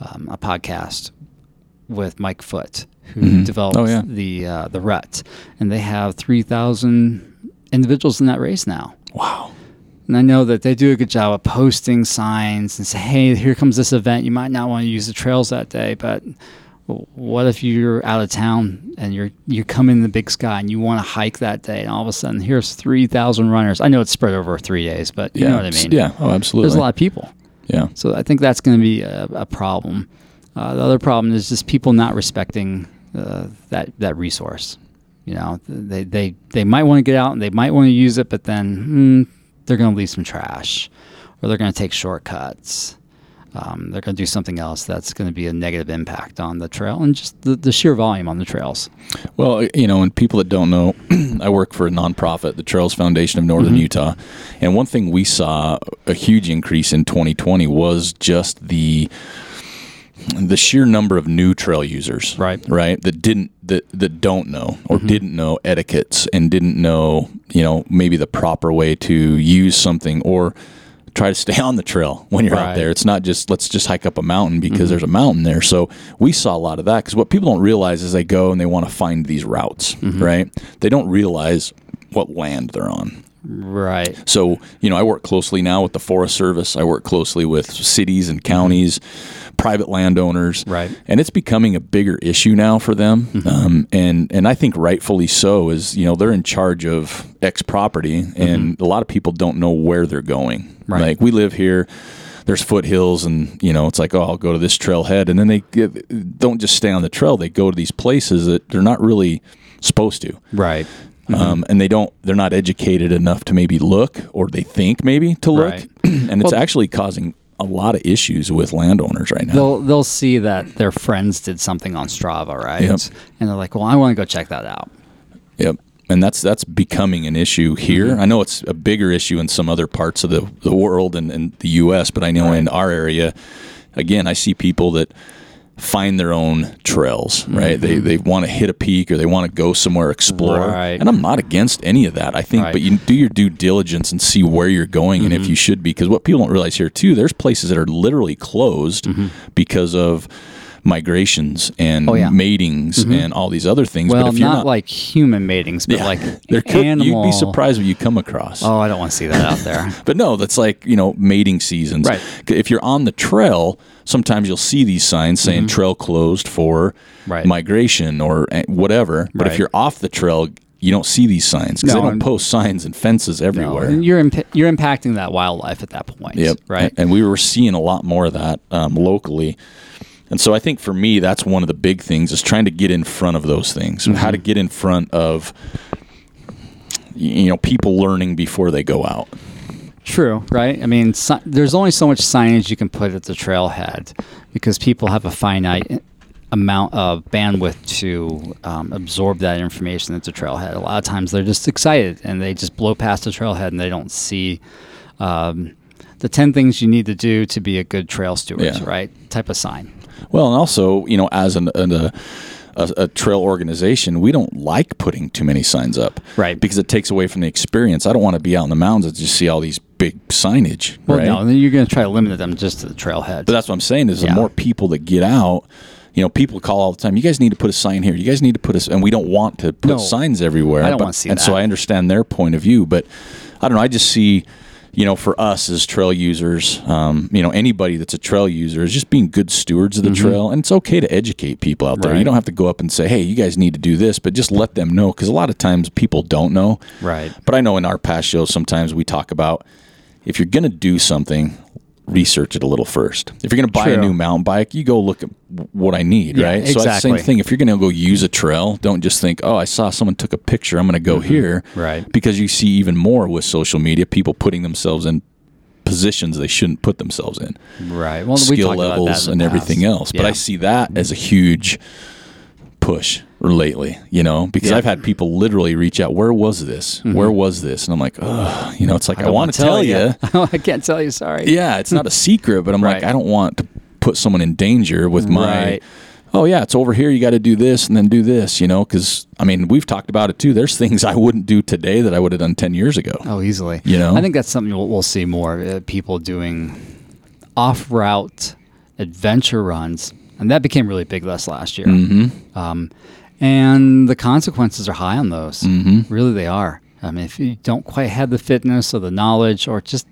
B: um, a podcast with mike foote who developed
A: Oh, yeah.
B: the uh, the rut and they have 3000 individuals in that race now
A: Wow.
B: and I know that they do a good job of posting signs and say, "Hey, here comes this event. You might not want to use the trails that day, but w- what if you're out of town and you're you come in the big sky and you want to hike that day, and all of a sudden here's three thousand runners. I know it's spread over three days, but you
A: yeah.
B: know what I mean.
A: Yeah. Oh, absolutely.
B: there's a lot of people,
A: Yeah.
B: so I think that's going to be a, a problem. Uh, the other problem is just people not respecting uh, that that resource. You know, they they they might want to get out and they might want to use it, but then mm, they're going to leave some trash, or they're going to take shortcuts. Um, they're going to do something else that's going to be a negative impact on the trail and just the, the sheer volume on the trails.
A: Well, you know, and people that don't know, *clears throat* I work for a nonprofit, the Trails Foundation of Northern Utah. And one thing we saw a huge increase in 2020 was just the the sheer number of new trail users,
B: Right.
A: right, that didn't that that don't know or didn't know etiquettes and didn't know, you know, maybe the proper way to use something or try to stay *laughs* on the trail when you're out
B: Right.
A: there. It's not just let's just hike up a mountain because there's a mountain there. So we saw a lot of that because what people don't realize is they go and they want to find these routes, right? They don't realize what land they're on.
B: Right.
A: So, you know, I work closely now with the Forest Service. I work closely with cities and counties, private landowners.
B: Right. Mm-hmm.
A: And it's becoming a bigger issue now for them. Um, and, and I think rightfully so is, you know, they're in charge of X property and a lot of people don't know where they're going.
B: Mm-hmm. Right.
A: Like we live here, there's foothills and, you know, it's like, oh, I'll go to this trailhead. And then they get, don't just stay on the trail. They go to these places that they're not really supposed to
B: Right.
A: um, and they don't they're not educated enough to maybe look or they think maybe to look
B: Right.
A: *clears throat* and it's actually causing a lot of issues with landowners right now
B: they'll they'll see that their friends did something on Strava, right?
A: Yep.
B: And they're like, "Well, I want to go check that out."
A: yep and that's that's becoming an issue here
B: Mm-hmm.
A: i know it's a bigger issue in some other parts of the, the world and, and the us but i know in our area again i see people that find their own trails
B: Mm-hmm.
A: right they they want to hit a peak or they want to go somewhere explore
B: Right.
A: and i'm not against any of that i think
B: Right. Mm-hmm.
A: but you do your due diligence and see where you're going and if you should be because what people don't realize here too there's places that are literally closed because of migrations and
B: Mm-hmm. Oh, yeah.
A: matings and all these other things.
B: Well,
A: but if
B: not,
A: you're not,
B: like human matings, but
A: Yeah.
B: like
A: *laughs* there could,
B: animal.
A: you'd be surprised what you come across.
B: Oh, I don't want to see that out there.
A: But no, that's like, you know, mating seasons.
B: Right.
A: If you're on the trail, sometimes you'll see these signs saying trail closed for
B: Mm-hmm. Right.
A: migration or eh, whatever. But if
B: Right.
A: you're off the trail, you don't see these signs because
B: No,
A: they don't
B: and-
A: post signs and fences
B: No,
A: *laughs* everywhere.
B: you're imp- you're impacting that wildlife at that point.
A: Yep.
B: Right.
A: And we were seeing a lot more of that um, locally. And so I think for me, that's one of the big things is trying to get in front of those things
B: Mm-hmm.
A: and how to get in front of, you know, people learning before they go out.
B: True, right? I mean, si- there's only so much signage you can put at the trailhead because people have a finite amount of bandwidth to um, absorb that information at the trailhead. A lot of times they're just excited and they just blow past the trailhead and they don't see um, the 10 things you need to do to be a good trail steward,
A: Yeah.
B: right? Type of sign.
A: Well, and also, you know, as an, an a, a, a trail organization, we don't like putting too many signs up,
B: Right.
A: Because it takes away from the experience. I don't want to be out in the mountains and just see all these big signage,
B: Well,
A: right?
B: no, then you're going to try to limit them just to the trailhead.
A: But that's what I'm saying is the
B: Yeah.
A: more people that get out, you know, people call all the time. You guys need to put a sign here. You guys need to put a, s-" and we don't want to put
B: No.
A: signs everywhere.
B: I don't
A: but-
B: wanna see
A: And so
B: that.
A: I understand their point of view, but I don't know. I just see, you know, for us as trail users, um, you know, anybody that's a trail user is just being good stewards of the trail, and it's okay to educate people out there. You
B: Mm-hmm. Right.
A: don't have to go up and say, "Hey, you guys need to do this," but just let them know because a lot of times people don't know.
B: Right.
A: But I know in our past shows, sometimes we talk about if you're going to do something, research it a little first. If you're going to buy a
B: True.
A: new mountain bike, you go look at w- what I need,
B: Yeah,
A: right? So that's the same
B: exactly.
A: thing. If you're going to go use a trail, don't just think, oh, I saw someone took a picture. I'm going to go here.
B: Mm-hmm. Right.
A: Because you see even more with social media, people putting themselves in positions they shouldn't put themselves in,
B: right. Well, we
A: skill
B: talked about that
A: levels
B: in the
A: and
B: past.
A: everything else. But
B: Yeah.
A: I see that as a huge push lately, you know, because
B: Yeah. Mm-hmm.
A: I've had people literally reach out, where was this? Where was this? And I'm like, oh, you know, it's like, I,
B: don't
A: want
B: wanna Oh,
A: to tell
B: *laughs*
A: you.
B: I can't tell you. Sorry.
A: Yeah, it's not a secret, but I'm like,
B: Right.
A: I don't want to put someone in danger with my.
B: Right.
A: Oh yeah, it's over here. You got to do this and then do this. You know, because I mean, we've talked about it too. There's things I wouldn't do today that I would have done ten years ago.
B: Oh, easily.
A: You know?
B: I think that's something we'll, we'll see more uh, people doing off route adventure runs, and that became really big this last year. Mm-hmm. Um, and the consequences are high on those. Mm-hmm. Really, they are. I mean, if you don't quite have the fitness or the knowledge, or just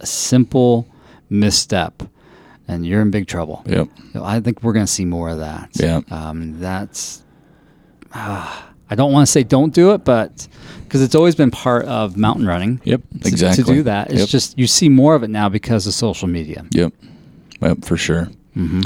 B: a simple misstep, and you're in big trouble.
A: Yep.
B: So I think we're going to see more of that.
A: Yeah.
B: Um, that's. ah, I don't want to say don't do it, but because it's always been part of mountain running.
A: Yep,
B: to-
A: exactly.
B: To do that, it's
A: Yep.
B: just you see more of it now because of social media.
A: Yep. Yep. For sure.
B: Mm-hmm.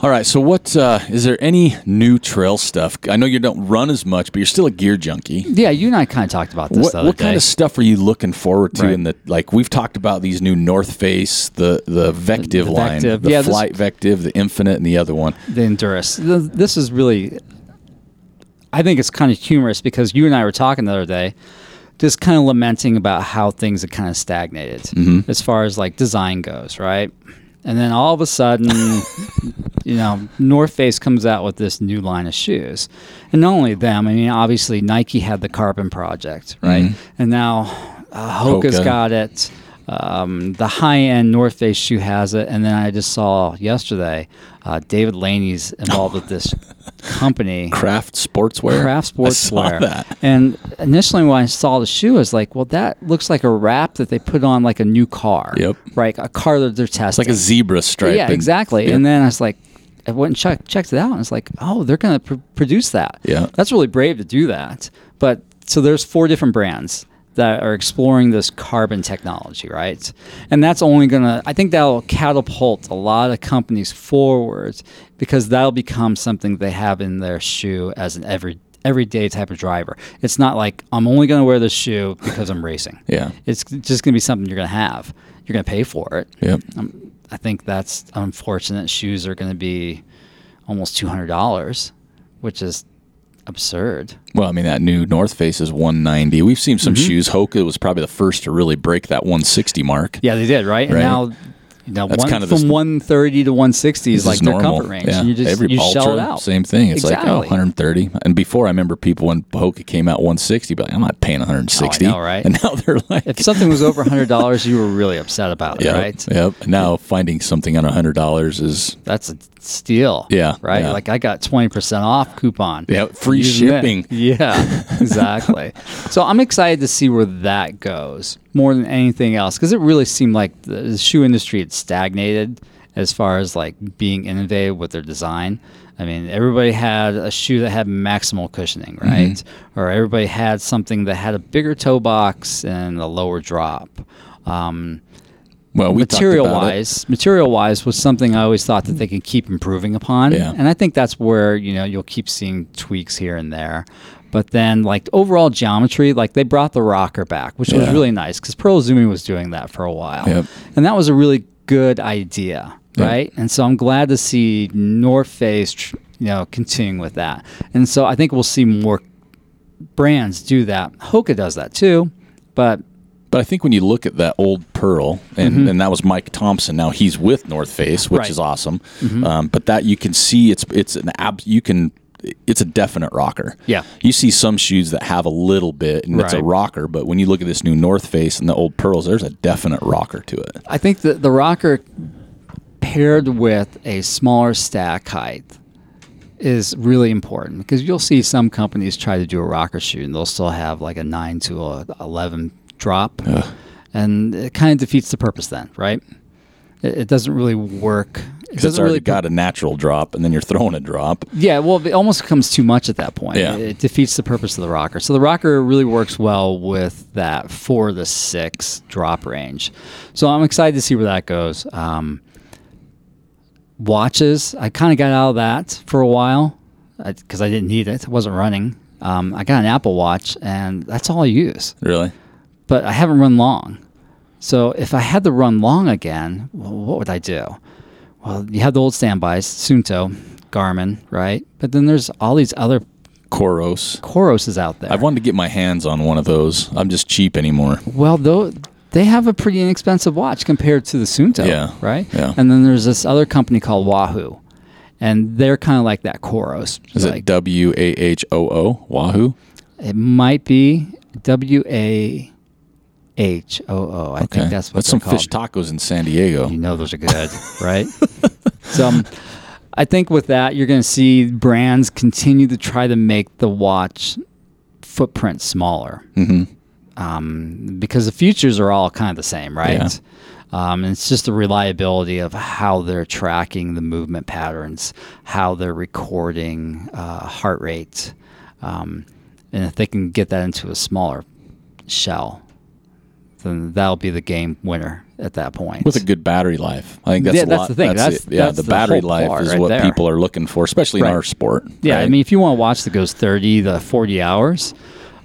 A: All right. So, what uh, is there any new trail stuff? I know you don't run as much, but you're still a gear junkie.
B: Yeah, you and I kind of talked about this
A: What,
B: the other
A: what
B: day.
A: kind of stuff are you looking forward to
B: Right.
A: in the like? We've talked about these new North Face, the the Vective
B: the
A: line,
B: Vectiv.
A: the
B: Yeah, this-
A: Flight Vective, the Infinite, and the other one.
B: the Endurus. Th- This is really, I think it's kind of humorous because you and I were talking the other day, just kind of lamenting about how things had kind of stagnated as far as like design goes, right? And then all of a sudden, *laughs* you know, North Face comes out with this new line of shoes. And not only them, I mean, obviously Nike had the Carbon Project, right? And now uh, Hoka's
A: Hoka.
B: got it. Um, the high end North Face shoe has it. And then I just saw yesterday uh, David Laney's involved with
A: *laughs*
B: this company.
A: Craft sportswear.
B: Craft
A: I saw
B: sportswear.
A: that.
B: And initially, when I saw the shoe, I was like, "Well, that looks like a wrap that they put on like a new car,
A: Yep.
B: right? A car that they're testing,
A: Like a zebra stripe.
B: yeah,
A: and-
B: exactly.
A: Yep.
B: And then I was like, I went and check, checked it out, and it's like, oh, they're going to pr- produce that.
A: Yeah.
B: that's really brave to do that. But so there's four different brands that are exploring this carbon technology, right? And that's only going to, I think that'll catapult a lot of companies forward because that'll become something they have in their shoe as an every everyday type of driver. It's not like I'm only going to wear this shoe because I'm racing.
A: Yeah.
B: It's just going to be something you're going to have. You're going to pay for it.
A: Yep.
B: Um, I think that's unfortunate. Shoes are going to be almost two hundred dollars, which is absurd.
A: Well, I mean that new North Face is 190. We've
B: Mm-hmm.
A: seen some shoes. Hoka was probably the first to really break that 160 mark.
B: Yeah, they did right, and
A: Right.
B: now Now,
A: That's
B: one,
A: kind of
B: from
A: this-
B: 130 to 160 is
A: This
B: like
A: is
B: their
A: normal.
B: comfort range. And you just
A: Every
B: you
A: Ultra,
B: shell it out.
A: Same thing. It's like oh,
B: Exactly.
A: 130. And before I remember people when Pahoka came out 160, but I'm not paying 160.
B: Oh, I know, right?
A: And now they're like,
B: If something was over $100, you were really upset about
A: *laughs*
B: it,
A: yep,
B: right?
A: Yep. And now finding something on 100 dollars is
B: That's a steal.
A: Yeah,
B: Right?
A: yeah.
B: Like I got 20% off coupon.
A: yeah free
B: Using that.
A: shipping.
B: *laughs*
A: *laughs*
B: Yeah, exactly. so I'm excited to see where that goes more than anything else because it really seemed like the shoe industry had stagnated as far as like being innovative with their design. I mean, everybody had a shoe that had maximal cushioning,
A: Mm-hmm.
B: right? Or everybody had something that had a bigger toe box and a lower drop. Um,
A: Well, we talked about
B: material
A: it.
B: wise, material wise was something I always thought that they could keep improving upon,
A: Yeah.
B: and I think that's where you know you'll keep seeing tweaks here and there. But then, like overall geometry, like they brought the rocker back, which was
A: Yeah.
B: really nice because Pearl Zumi was doing that for a while,
A: Yep.
B: and that was a really good idea,
A: Yeah.
B: right? And so I'm glad to see North Face, tr- you know, continuing with that. And so I think we'll see more brands do that. Hoka does that too, but
A: But I think when you look at that old Pearl, and, and that was Mike Thompson. Now he's with North Face, which
B: Mm-hmm. Right. Mm-hmm.
A: is awesome. Um, but that you can see it's it's an ab you can it's a definite rocker.
B: Yeah.
A: you see some shoes that have a little bit and it's a
B: Right.
A: rocker, but when you look at this new North Face and the old Pearls, there's a definite rocker to it.
B: I think that the rocker paired with a smaller stack height is really important because you'll see some companies try to do a rocker shoe and they'll still have like a 9 to a 11 drop. And it kind of defeats the purpose then, right? It, it doesn't really work. It
A: Because it's
B: doesn't
A: already
B: really pro-
A: got a natural drop, and then you're throwing a drop.
B: yeah, well, it almost becomes too much at that point.
A: Yeah.
B: It, it defeats the purpose of the rocker. So the rocker really works well with that four to six drop range. So I'm excited to see where that goes. Um, watches, I kind of got out of that for a while because I didn't need it. I wasn't running. Um, I got an Apple Watch, and that's all I use
A: Really,
B: but I haven't run long. So if I had to run long again, wh- what would I do? Well, you have the old standbys, Sunto, Garmin, right? But then there's all these other
A: Koros.
B: Koroses out there.
A: I've wanted to get my hands on one of those. I'm just cheap anymore.
B: well, though they have a pretty inexpensive watch compared to the Sunto,
A: Yeah,
B: right?
A: yeah.
B: And then there's this other company called Wahoo, and they're kind of like that Koros.
A: Is
B: like,
A: it W A H O O Wahoo?
B: It might be W A H O O. I think that's what
A: that's
B: they're
A: some
B: called.
A: fish tacos in San Diego.
B: You know those are good, right? *laughs* so um, I think with that, you're going to see brands continue to try to make the watch footprint smaller
A: Mm-hmm.
B: um, because the futures are all kind of the same, right?
A: Yeah.
B: Um, and it's just the reliability of how they're tracking the movement patterns, how they're recording uh, heart rate, um, and if they can get that into a smaller shell, then that'll be the game winner at that point.
A: with a good battery life. I think that's
B: Yeah,
A: a
B: that's
A: lot.
B: the thing. That's-
A: it. yeah,
B: that's
A: the
B: the
A: battery
B: whole
A: life
B: bar
A: is
B: right
A: what
B: there.
A: people are looking for, especially
B: Right.
A: in our sport.
B: Yeah, I
A: right?
B: mean, if you want a watch that goes 30 to 40 hours,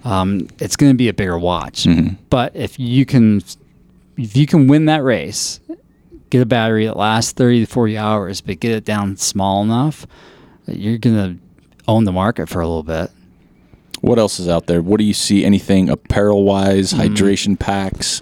B: um, it's going to be a bigger watch. But if you can, if you can win that race, get a battery that lasts 30 to 40 hours, but get it down small enough, you're going to own the market for a little bit.
A: what else is out there? What do you see? Anything apparel wise, hydration packs?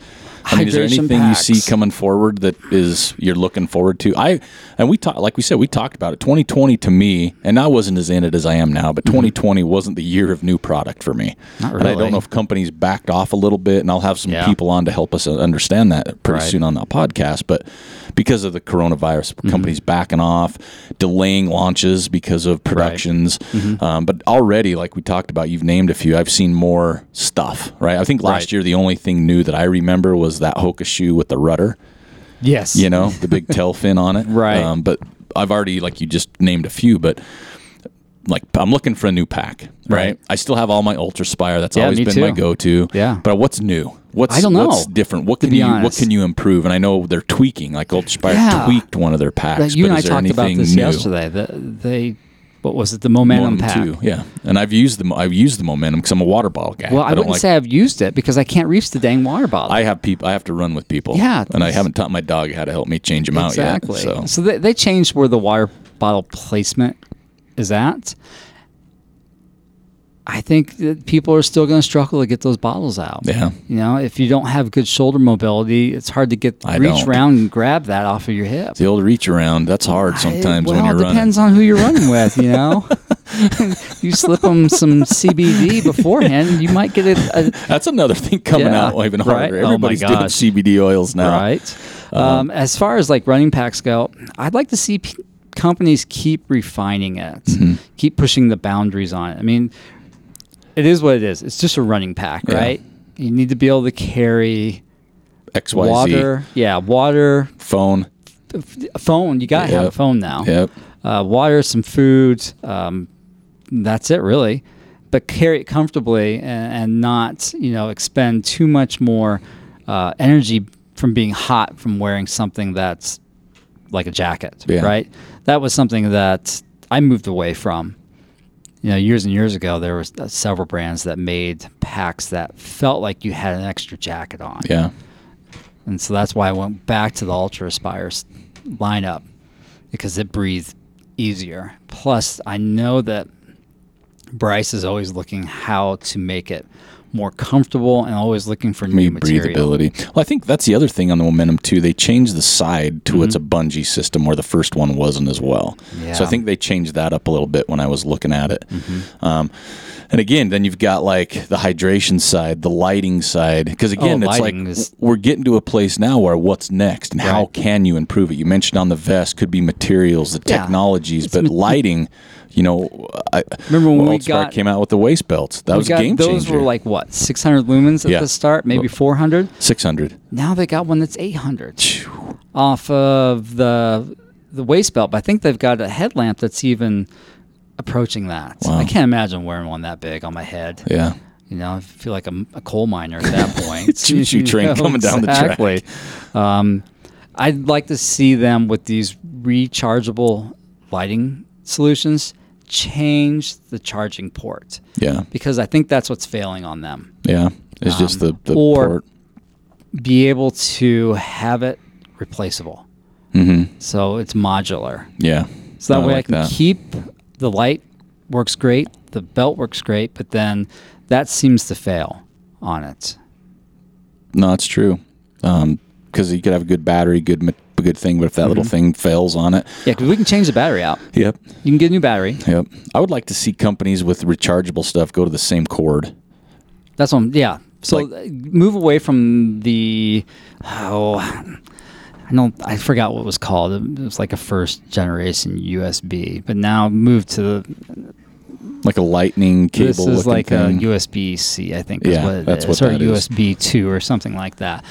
A: I mean, is there
B: Mm-hmm. Hydration
A: anything
B: packs.
A: you see coming forward that is you're looking forward to? I and we talked, like we said, we talked about it. 2020 to me, and I wasn't as in it as I am now, but 2020 wasn't the year of new product for me.
B: Mm-hmm. Not
A: And I don't
B: really.
A: know if companies backed off a little bit, and I'll have some
B: Yeah.
A: people on to help us understand that pretty
B: Right. Mm-hmm.
A: soon on the podcast. But because of the coronavirus, companies backing off, delaying launches because of productions.
B: Mm-hmm.
A: Um, but already, like we talked about, you've named a few. I've seen more stuff, right? I think last
B: Right.
A: year the only thing new that I remember was that Hoka shoe with the rudder,
B: Yes.
A: you know, the
B: *laughs*
A: big tail fin on it. Um,
B: Right.
A: but I've already, like you just named a few, but. Like I'm looking for a new pack, right?
B: Right.
A: I still have all my Ultra Spire. That's
B: Yeah,
A: always
B: me
A: been
B: too.
A: my go-to.
B: Yeah.
A: But what's new? What's
B: I don't know,
A: What's different? What can
B: be
A: you What
B: honest.
A: can you improve? And I know they're tweaking. Like Ultra Spire
B: Yeah.
A: tweaked one of their packs.
B: That you
A: but
B: and I
A: is there
B: talked about
A: anything
B: this
A: new?
B: yesterday. That they, what was it? The momentum, pack.
A: Momentum too, yeah. And I've used the I've used the momentum because I'm a water bottle guy.
B: Well, I,
A: don't
B: wouldn't
A: like.
B: say I've used it because I can't reach the dang water bottle.
A: I have people. I have to run with people.
B: Yeah,
A: and I
B: this-
A: haven't taught my dog how to help me change them
B: exactly.
A: out yet. So
B: they, they changed where the water bottle placement is at. I think that people are still going to struggle to get those bottles out.
A: Yeah.
B: You know, if you don't have good shoulder mobility, it's hard to get
A: I
B: reach
A: don't.
B: around and grab that off of your hip.
A: The old reach around, that's hard sometimes
B: It-
A: when
B: well,
A: you're
B: it depends on who you're running
A: *laughs*
B: with, you know. *laughs* you slip them some CBD beforehand, you might get a, a
A: running. That's another thing coming
B: Yeah,
A: out even
B: right?
A: harder.
B: Oh my
A: Everybody's doing
B: gosh.
A: CBD oils now.
B: right.
A: Uh-huh.
B: Um, as far as like running packs go, I'd like to see p- companies keep refining it,
A: Mm-hmm.
B: keep pushing the boundaries on it. I mean, it is what it is. It's just a running pack,
A: Yeah.
B: right? You need to be able to carry
A: XYZ
B: water, yeah, water,
A: phone.
B: a phone. You gotta have a
A: Yep.
B: phone now.
A: Yep.
B: uh, water, some food. Um, that's it, really. But carry it comfortably and, and not, you know, expend too much more uh, energy from being hot from wearing something that's like a jacket,
A: Yeah.
B: right? That was something that I moved away from. You know, years and years ago, there was uh, several brands that made packs that felt like you had an extra jacket on,
A: Yeah.
B: and so that's why I went back to the Ultra Aspires lineup because it breathed easier. Plus, I know that Bryce is always looking how to make it more comfortable and always looking for new
A: Me
B: material.
A: breathability. Well, I think that's the other thing on the momentum too. They changed the side to it's a bungee system where the first one wasn't as well. So I
B: Mm-hmm. Yeah. Mm-hmm.
A: think they changed that up a little bit when I was looking at it. Um, and again, then you've got like the hydration side, the lighting side, because again, it's like
B: Oh, lighting is-
A: we're getting to a place now where what's next and how
B: Right.
A: can you improve it? You mentioned on the vest could be materials, the
B: Yeah.
A: technologies, but lighting. You know, I
B: Remember when we
A: World Spark
B: got-
A: came out with the waist belts? That
B: We
A: was a
B: got-
A: game
B: those
A: changer.
B: were like what 600 lumens at
A: Yeah.
B: the start, maybe
A: Well-
B: 400.
A: six hundred.
B: Now they got one that's 800 off of the the waist belt. But I think they've got a headlamp that's even approaching that.
A: Wow.
B: I can't imagine wearing one that big on my head.
A: Yeah.
B: You know, I feel like I'm a coal miner at
A: *laughs*
B: that point.
A: Choo-choo
B: *laughs* You
A: train
B: know,
A: coming down the track.
B: exactly. Um, I'd like to see them with these rechargeable lighting solutions change the charging port
A: Yeah.
B: because I think that's what's failing on them.
A: Yeah, it's just the the
B: Um, or-
A: port.
B: Be able to have it replaceable,
A: Mm-hmm.
B: so it's modular.
A: Yeah.
B: So that
A: I
B: way I
A: like
B: can
A: that.
B: keep the light works great, the belt works great, but then that seems to fail on it.
A: No, it's true. Um, because you could have a good battery, good ma- good thing, but if that little
B: Mm-hmm.
A: thing fails on it,
B: Yeah, because we can change the battery out.
A: yep,
B: You can get a new battery.
A: yep. I would like to see companies with rechargeable stuff go to the same cord.
B: That's what. I'm, yeah. So
A: Like-
B: uh, move away from the. Oh, I don't. I forgot what it was called. It was like a first generation USB, but now moved to the.
A: Like a lightning cable.
B: This is
A: looking
B: like
A: thing.
B: a USB C, I think.
A: Yeah,
B: is what it
A: that's
B: is,
A: what
B: or
A: that is.
B: USB two or something like that.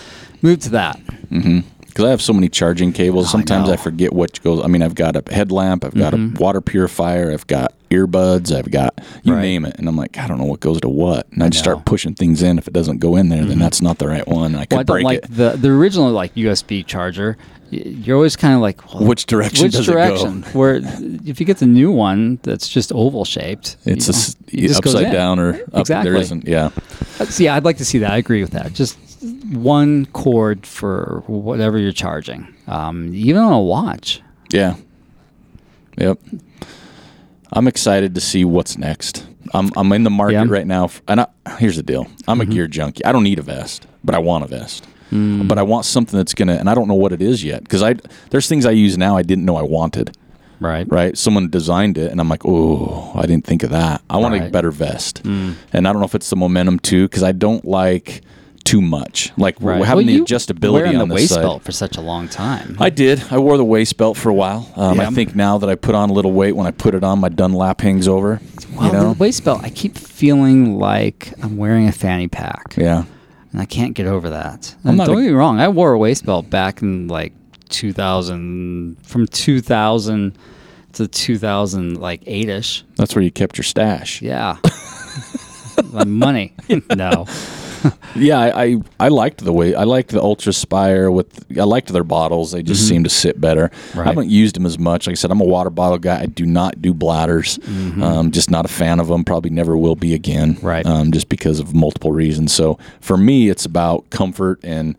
B: Move to that.
A: Because I have so many charging cables. Sometimes I,
B: know. Mm-hmm.
A: forget which goes. I mean, I've got a headlamp, I've got a water purifier, I've got earbuds, I've got you
B: Right.
A: name it, and I'm like, I don't know what goes to what, and I just
B: know. Mm-hmm.
A: start pushing things in. If it doesn't go in there, then that's not the right one, and I could
B: Well, I don't
A: break
B: like
A: it.
B: the the original like USB charger. Y- You're always kind of like well,
A: Which direction
B: Which
A: does it go?
B: direction? Where if you get the new one that's just oval shaped,
A: It's
B: you
A: a
B: know,
A: s
B: it just goes
A: upside
B: in.
A: down or up, there
B: Exactly.
A: isn't. Yeah,
B: That's, yeah, I'd like to see that. I agree with that. Just one cord for whatever you're charging, um, even on a watch.
A: yeah, yep. I'm excited to see what's next. I'm I'm in the market
B: Yeah. Mm-hmm.
A: right now, f- and I, here's the deal: I'm a gear junkie. I don't need a vest, but I want a vest.
B: Mm.
A: But I want something that's gonna, and I don't know what it is yet because I there's things I use now I didn't know I wanted.
B: Right.
A: Right? Someone designed it, and I'm like, oh, I didn't think of that. I want a
B: Right. Mm.
A: better vest, and I don't know if it's the momentum too because I don't like too much. Like we're
B: Right.
A: having
B: Well,
A: the
B: you
A: adjustability
B: wearing
A: on
B: the
A: this
B: waist
A: side.
B: belt for such a long time.
A: I did. I wore the waist belt for a while. Um, I
B: Yeah.
A: think now that I put on a little weight, when I put it on, my Dunlap hangs over.
B: well,
A: you know?
B: the waist belt. I keep feeling like I'm wearing a fanny pack.
A: yeah.
B: and I can't get over that. And
A: not
B: don't
A: a-
B: get me wrong, I wore a waist belt back in like 2000, from 2000 to 2000, like eight ish.
A: That's where you kept your stash. Yeah, *laughs*
B: Yeah, my money. no,
A: I, I, I liked the way I liked the Ultra Spire with I liked their bottles. They just seem to sit better.
B: Mm-hmm. Right.
A: I haven't used them as much. Like I said, I'm a water bottle guy. I do not do bladders. Um, just not a fan of them. Probably never will be again.
B: Mm-hmm. Right.
A: Um, just because of multiple reasons. So for me, it's about comfort and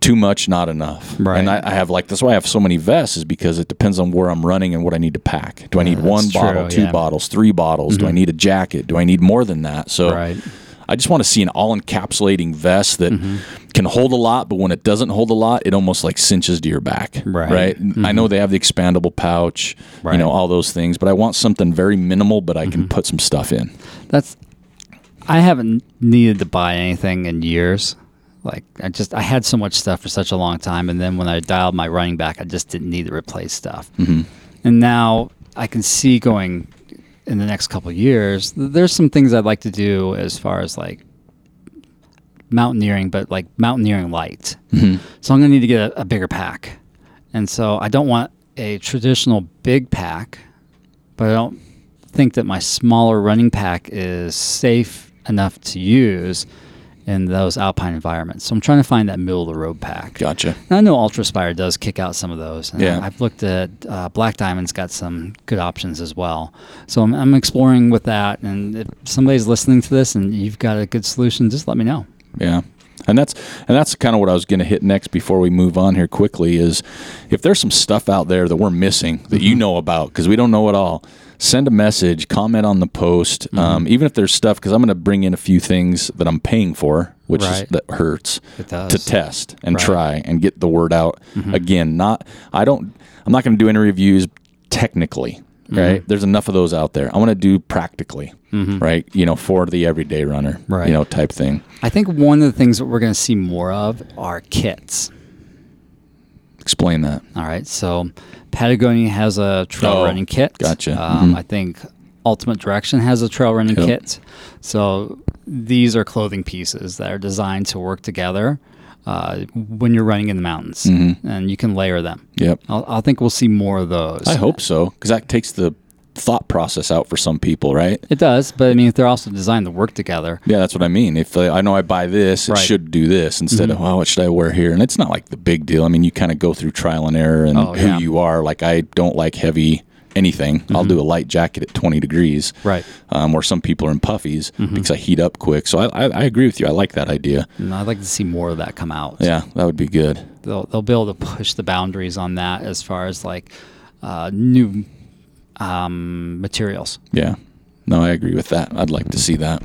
A: too much, not enough.
B: Right.
A: And I, I have like that's why I have so many vests is because it depends on where I'm running and what I need to pack. Do I need one
B: that's
A: bottle,
B: true,
A: two
B: yeah.
A: bottles, three bottles? Do I need a jacket? Do I need more than that? So
B: Mm-hmm. Right. Mm-hmm.
A: I just want to see an all encapsulating vest that can hold a lot, but when it doesn't hold a lot, it almost like cinches to your back.
B: Right. Mm-hmm.
A: Right. I know they have the expandable pouch, you
B: Right. Mm-hmm.
A: know, all those things, but I want something very minimal, but I can put some stuff in.
B: That's I haven't needed to buy anything in years. Like I just I had so much stuff for such a long time, and then when I dialed my running back, I just didn't need to replace stuff. Mm-hmm. And now I can see going in the next couple of years. th- There's some things I'd like to do as far as like mountaineering, but like mountaineering light. So I'm gonna need to get a, a bigger pack, and so I don't want a traditional big pack, but I don't think that my smaller running pack is safe enough to use in those alpine environments. So I'm trying to find that middle of the road pack.
A: Gotcha.
B: And I know UltraSpire does kick out some of those. And
A: Yeah.
B: I've looked at uh, Black Diamond's got some good options as well. So I'm, I'm exploring with that. And if somebody's listening to this and you've got a good solution, just let me know.
A: Yeah. And that's and that's kind of what I was going to hit next before we move on here quickly is if there's some stuff out there that we're missing that
B: Mm-hmm.
A: you know about because we don't know it all, send a message, comment on the post.
B: Mm-hmm.
A: Um, even if there's stuff because I'm going to bring in a few things that I'm paying for, which is
B: Right.
A: that hurts
B: It does.
A: to test and
B: Right. Mm-hmm.
A: try and get the word out. Again, not I don't I'm not going to do any reviews technically.
B: Mm-hmm.
A: Right, there's enough of those out there. I want to do practically, right? You know, for the everyday runner,
B: Right.
A: You know, type thing.
B: I think one of the things that we're going to see more of are kits.
A: Explain that.
B: All right. So Patagonia has a trail
A: Oh,
B: running kit.
A: gotcha. Mm-hmm.
B: Um, I think Ultimate Direction has a trail running
A: Yep.
B: kit. So these are clothing pieces that are designed to work together uh, when you're running in the mountains,
A: Mm-hmm.
B: and you can layer them.
A: Yep.
B: I'll, I'll think we'll see more of those.
A: I hope so, because that takes the thought process out for some people, right?
B: It does, but I mean, if they're also designed to work together,
A: Yeah, that's what I mean. If uh, I know I buy this, it
B: Right. Mm-hmm.
A: should do this instead of, oh, what should I wear here? And it's not like the big deal. I mean, you kind of go through trial and error and
B: Oh,
A: who
B: yeah. Mm-hmm.
A: you are. Like, I don't like heavy anything. I'll do a light jacket at 20 degrees.
B: Right. Mm-hmm.
A: Um, where some people are in puffies because I heat up quick. So I, I, I agree with you. I like that idea.
B: and I'd like to see more of that come out.
A: Yeah, that would be good.
B: they'll they'll be able to push the boundaries on that as far as like uh, new um, materials.
A: Yeah. No, I agree with that. I'd like to see that.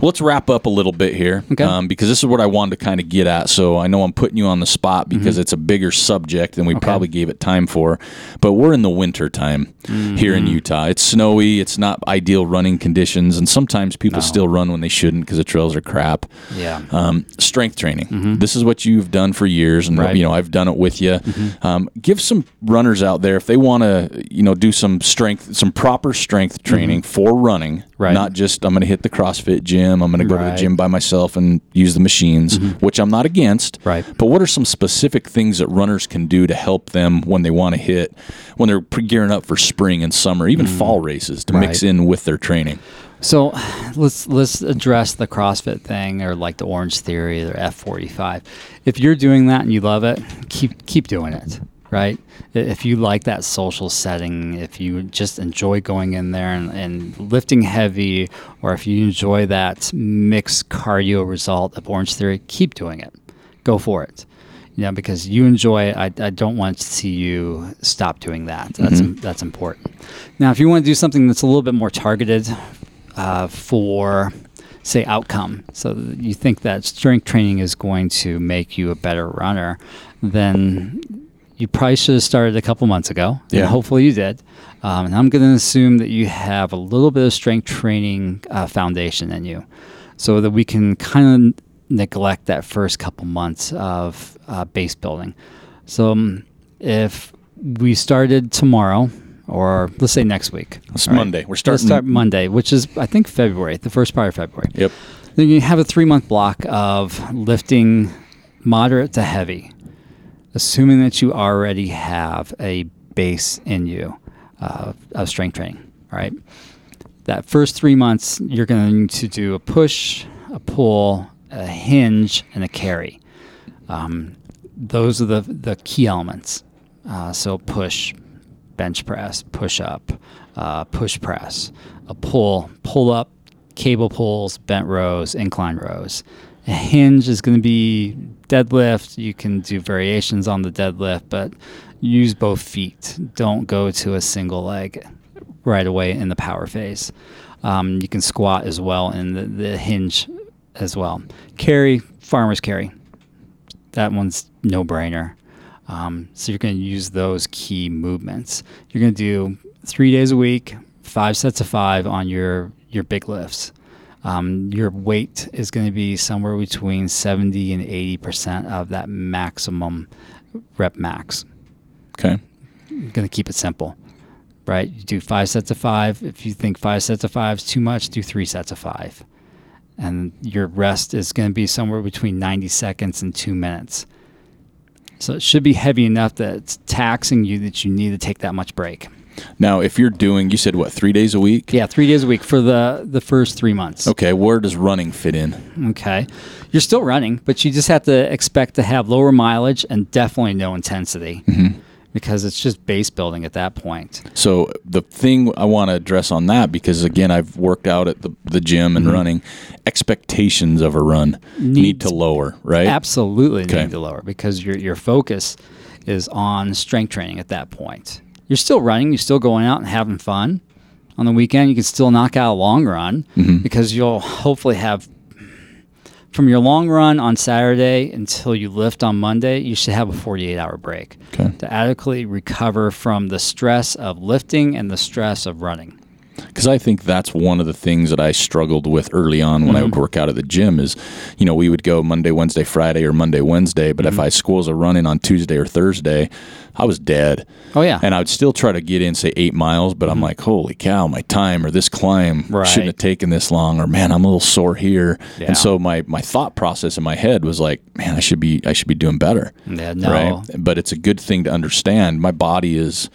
A: Well, let's wrap up a little bit here
B: Okay.
A: um, because this is what I wanted to kind of get at. So I know I'm putting you on the spot because it's a bigger subject than we probably gave it time for. But we're in the winter time here in Utah. It's snowy. It's not ideal running conditions, and sometimes people still run when they shouldn't because the trails are crap
B: Yeah.
A: um, strength training. This is what you've done for years, and
B: Mm-hmm. Right. Mm-hmm.
A: you know I've done it with you. Um, give some runners out there if they want to, you know, do some strength, some proper strength training for running,
B: Mm-hmm. Right.
A: not just I'm going to hit the CrossFit gym, I'm going to go to the
B: Right. Mm-hmm.
A: gym by myself and use the machines, which I'm not against.
B: Right.
A: But what are some specific things that runners can do to help them when they want to hit, when they're pre- gearing up for spring and summer, even fall races to mix
B: Mm-hmm. Right.
A: in with their training?
B: So *sighs* let's let's address the CrossFit thing or like the Orange Theory or F forty five. If you're doing that and you love it, keep keep doing it. Right? I- If you like that social setting, if you just enjoy going in there and, and lifting heavy, or if you enjoy that mixed cardio result of Orange Theory, keep doing it. Go for it. You know, because you enjoy it. I, I don't want to see you stop doing that. That's, that's important. Now, if you want to do something that's a little bit more targeted uh, for say outcome so that you think that strength training is going to make you a better runner then you probably should have started a couple months ago and
A: Yeah.
B: hopefully you did um, and i'm going to assume that you have a little bit of strength training uh, foundation in you so that we can kind of neglect that first couple months of uh, base building so um, if we started tomorrow or let's say next week
A: It's
B: all right?
A: Monday. We're starting.
B: Let's start Monday, which is I think February, the first part of February.
A: Yep.
B: Then you have a three month block of lifting moderate to heavy, assuming that you already have a base in you uh, of strength training. All right. That first three months, you're going to need to do a push, a pull, a hinge, and a carry. Um, those are the, the key elements. Uh, so push, bench press, push up, uh, push press, a pull, pull up, cable pulls, bent rows, incline rows, hinge is going to be deadlift. You can do variations on the deadlift, but use both feet. Don't go to a single leg right away in the power phase. Um, you can squat as well in the, the hinge as well. Carry, farmer's carry. That one's no brainer. Um, so you're going to use those key movements. You're going to do three days a week, five sets of five on your your big lifts. Um, your weight is going to be somewhere between 70 and 80 percent of that maximum rep max.
A: Okay.
B: You're going to keep it simple, right? You do five sets of five. If you think five sets of five is too much, do three sets of five. And your rest is going to be somewhere between 90 seconds and two minutes. So it should be heavy enough that it's taxing you that you need to take that much break.
A: Now, if you're doing, you said what, three days a week?
B: Yeah, three days a week for the the first three months.
A: Okay. Where does running fit in?
B: Okay, you're still running, but you just have to expect to have lower mileage and definitely no intensity because it's just base building at that point.
A: So the thing I want to address on that, because again, I've worked out at the, the gym and running, expectations of a run need to lower, right?
B: Absolutely
A: Okay.
B: need to lower because your your focus is on strength training at that point. You're still running, you're still going out and having fun. On the weekend, you can still knock out a long run
A: Mm-hmm.
B: because you'll hopefully have from your long run on Saturday until you lift on Monday, you should have a 48 hour break
A: Okay.
B: to adequately recover from the stress of lifting and the stress of running.
A: because I think that's one of the things that I struggled with early on when I would work out at the gym is, you know, we would go Monday, Wednesday, Friday, or Monday, Wednesday. But if I squeeze a run in on Tuesday or Thursday, I was dead.
B: Oh, yeah.
A: And I would still try to get in, say, eight miles, but I'm like, holy cow, my time or this climb
B: Mm-hmm. Right.
A: shouldn't have taken this long, or man, I'm a little sore here.
B: Yeah.
A: And so my my thought process in my head was like, man, I should be I should be doing better.
B: Yeah, no.
A: But it's a good thing to understand. My body is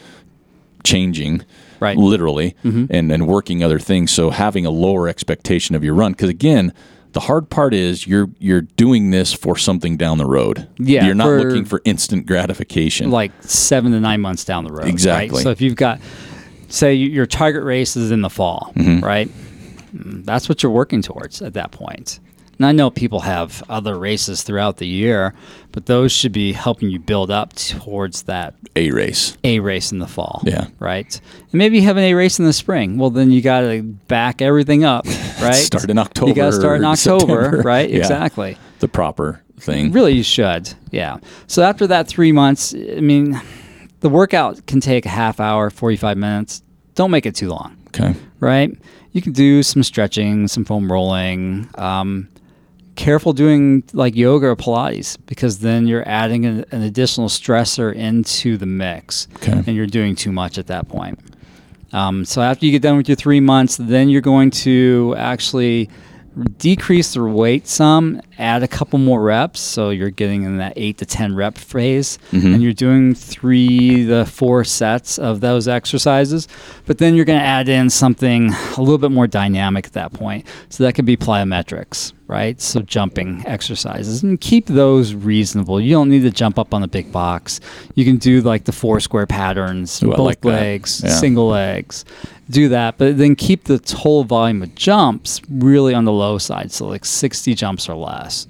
A: changing
B: Right. Mm-hmm.
A: literally and, and working other things so having a lower expectation of your run because again the hard part is you're you're doing this for something down the road
B: Yeah,
A: you're not
B: for-
A: looking for instant gratification
B: like seven to nine months down the road. right?
A: Exactly.
B: So if you've got, say, you- your target race is in the fall,
A: Mm-hmm.
B: right? Mm, That's what you're working towards at that point. And I know people have other races throughout the year, but those should be helping you build up towards that
A: a race
B: A race in the fall.
A: Yeah.
B: Right. And maybe you have an A race in the spring. Well, then you got to back
A: *laughs*
B: everything up, right?
A: Start in
B: You got
A: October
B: to start in
A: or
B: October,
A: September. *laughs*
B: right?
A: Yeah.
B: Exactly.
A: the proper thing
B: Really, you should. Yeah. So after that three months, I mean, the workout can take a half hour, 45 minutes. Don't make it too long,
A: okay
B: right? You can do some stretching, some foam rolling. Um, careful doing like yoga or Pilates because then you're adding an, an additional stressor into the mix
A: Okay.
B: and you're doing too much at that point. Um, so after you get done with your three months, then you're going to actually decrease the weight some, add a couple more reps. So you're getting in that eight to 10 rep phase,
A: Mm-hmm.
B: and you're doing three to four sets of those exercises. But then you're going to add in something a little bit more dynamic at that point. So that could be plyometrics, right? So jumping exercises and keep those reasonable. You don't need to jump up on the big box. You can do like the four square patterns,
A: Ooh, I
B: both
A: like that.
B: legs,
A: Yeah.
B: single single legs. Do that, but then keep the total volume of jumps really on the low side. So, like 60 jumps or less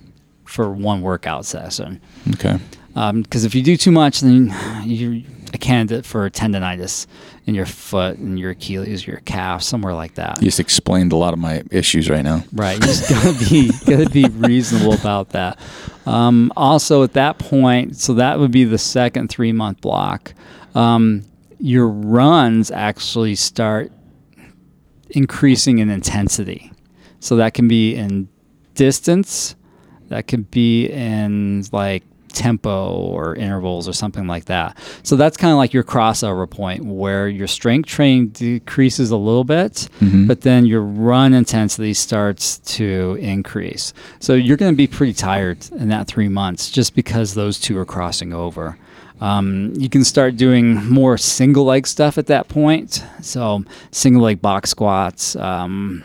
B: for one workout session.
A: okay
B: Because if you do too much, then *sighs* you're a candidate for tendonitis in your foot and your Achilles, your calf, somewhere like that.
A: you just explained a lot of my issues right now
B: Right. You just *laughs* gotta be gotta be reasonable about that. Um, also, at that point, so that would be the second three month block. Um, your runs actually start increasing in intensity, so that can be in distance, that could be in like tempo or intervals or something like that. So that's kind of like your crossover point where your strength training decreases a little bit, but then your run intensity starts to increase. So you're going to be pretty tired in that three months just because those two are crossing over. Um, you can start doing more single leg stuff at that point. So single leg box squats, um,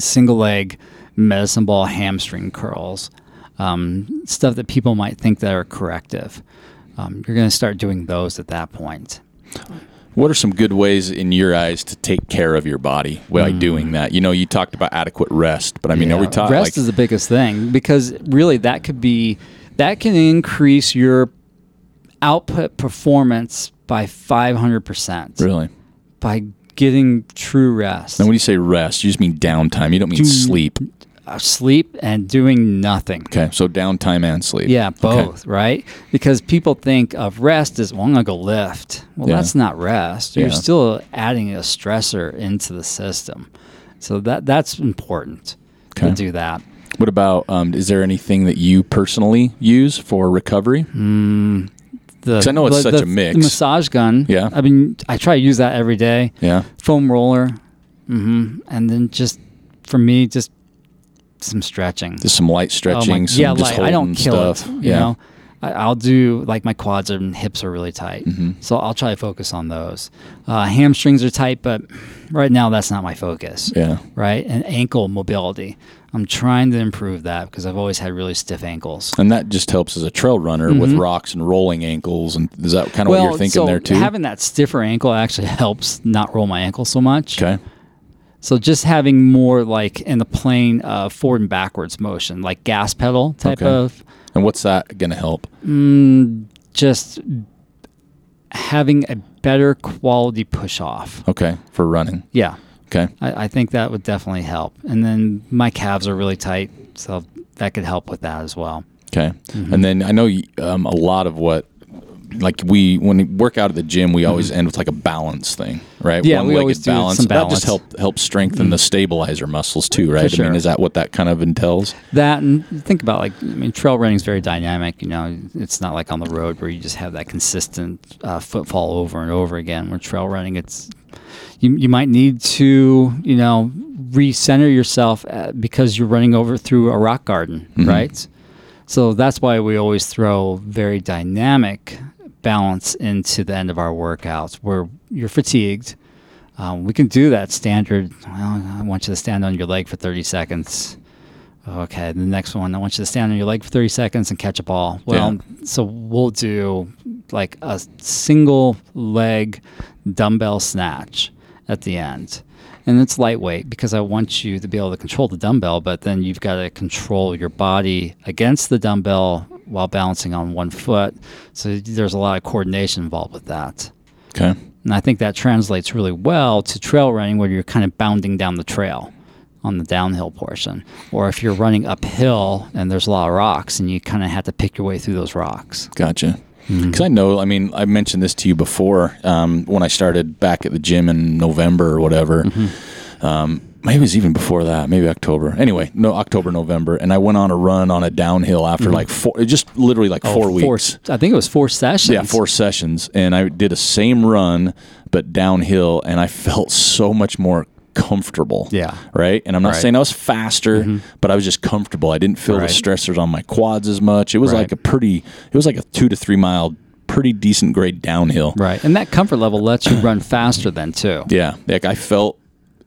B: single leg medicine ball hamstring curls, um, stuff that people might think that are corrective. Um, you're going to start doing those at that point.
A: What are some good ways in your eyes to take care of your body by doing that? You know, you talked about adequate rest, but I mean, are we
B: Hmm. Yeah,
A: talking
B: rest
A: like,
B: is the biggest thing because really that could be that can increase your output performance by 500%
A: really?
B: by getting true rest
A: And when you say rest, you just mean downtime. You don't mean sleep.
B: Uh, sleep and doing nothing
A: Okay, so downtime and sleep.
B: yeah
A: Okay.
B: both right because people think of rest as well i'm gonna go lift well
A: Yeah.
B: that's not rest you're
A: Yeah.
B: still adding a stressor into the system so that that's important
A: Okay.
B: to do that
A: What about? Um, is there anything that you personally use for recovery?
B: Hmm. the
A: 'Cause I know it's such a mix.
B: The massage gun.
A: Yeah.
B: I mean, I try to use that every day.
A: Yeah.
B: Foam roller. hmm And then just for me, just some stretching.
A: Just some light stretching. some
B: Oh yeah,
A: just
B: like I don't
A: holding
B: kill
A: stuff.
B: it. You know, I, I'll do like my quads and hips are really tight,
A: Mm-hmm.
B: so I'll try to focus on those. Uh, hamstrings are tight, but right now that's not my focus.
A: Yeah.
B: Right, and ankle mobility. I'm trying to improve that because I've always had really stiff ankles.
A: And that just helps as a trail runner with rocks and rolling ankles. And is that kind of what you're thinking
B: Mm-hmm. so
A: there too?
B: Having that stiffer ankle actually *laughs* helps not roll my ankle so much.
A: okay.
B: So just having more like in the plane uh, forward and backwards motion, like gas pedal type
A: Okay.
B: of,
A: And what's that going to help?
B: just having a better quality push off.
A: Okay, for running.
B: Yeah,
A: Okay.
B: I, I think that would definitely help. And then my calves are really tight, so that could help with that as well.
A: Okay.
B: Mm-hmm.
A: And then I know um, a lot of what, like we when we work out at the gym, we always end with like a balance thing, right?
B: Mm-hmm. Yeah, we always do
A: balance.
B: some
A: That
B: balance. Mm-hmm.
A: just help help strengthen the stabilizer muscles too, right? I
B: sure.
A: mean, is that what that kind of entails?
B: That and think about like I mean, trail running is very dynamic. You know, it's not like on the road where you just have that consistent uh, footfall over and over again. Where trail running, it's you you might need to you know recenter yourself uh because you're running over through a rock garden, right? So that's why we always throw very dynamic balance into the end of our workouts where you're fatigued. Um, we can do that standard. Well, I want you to stand on your leg for 30 seconds. Okay, the next one, I want you to stand on your leg for 30 seconds and catch a ball. Well, so we'll do like a single leg dumbbell snatch at the end. And it's lightweight because I want you to be able to control the dumbbell, but then you've got to control your body against the dumbbell while balancing on one foot. So there's a lot of coordination involved with that.
A: Okay.
B: And I think that translates really well to trail running where you're kind of bounding down the trail on the downhill portion. Or if you're running uphill and there's a lot of rocks and you kind of have to pick your way through those rocks.
A: Gotcha. Because I know, I mean, I mentioned this to you before um, when I started back at the gym in November or whatever. Um, maybe it was even before that, maybe October. Anyway, no, October, November. And I went on a run on a downhill after like four, just literally like four
B: Oh, Four-
A: weeks.
B: I think it was four sessions.
A: Yeah, four sessions, and I did a same run but downhill, and I *laughs* felt so much more comfortable.
B: Yeah.
A: Right. And I'm not
B: Right. Mm-hmm.
A: saying I was faster, but I was just comfortable. I didn't feel
B: Right.
A: the stressors on my quads as much. It was
B: Right.
A: like a pretty. It was like a two to three mile, pretty decent grade downhill.
B: Right. And that comfort level lets you run faster then too.
A: Yeah. Like I felt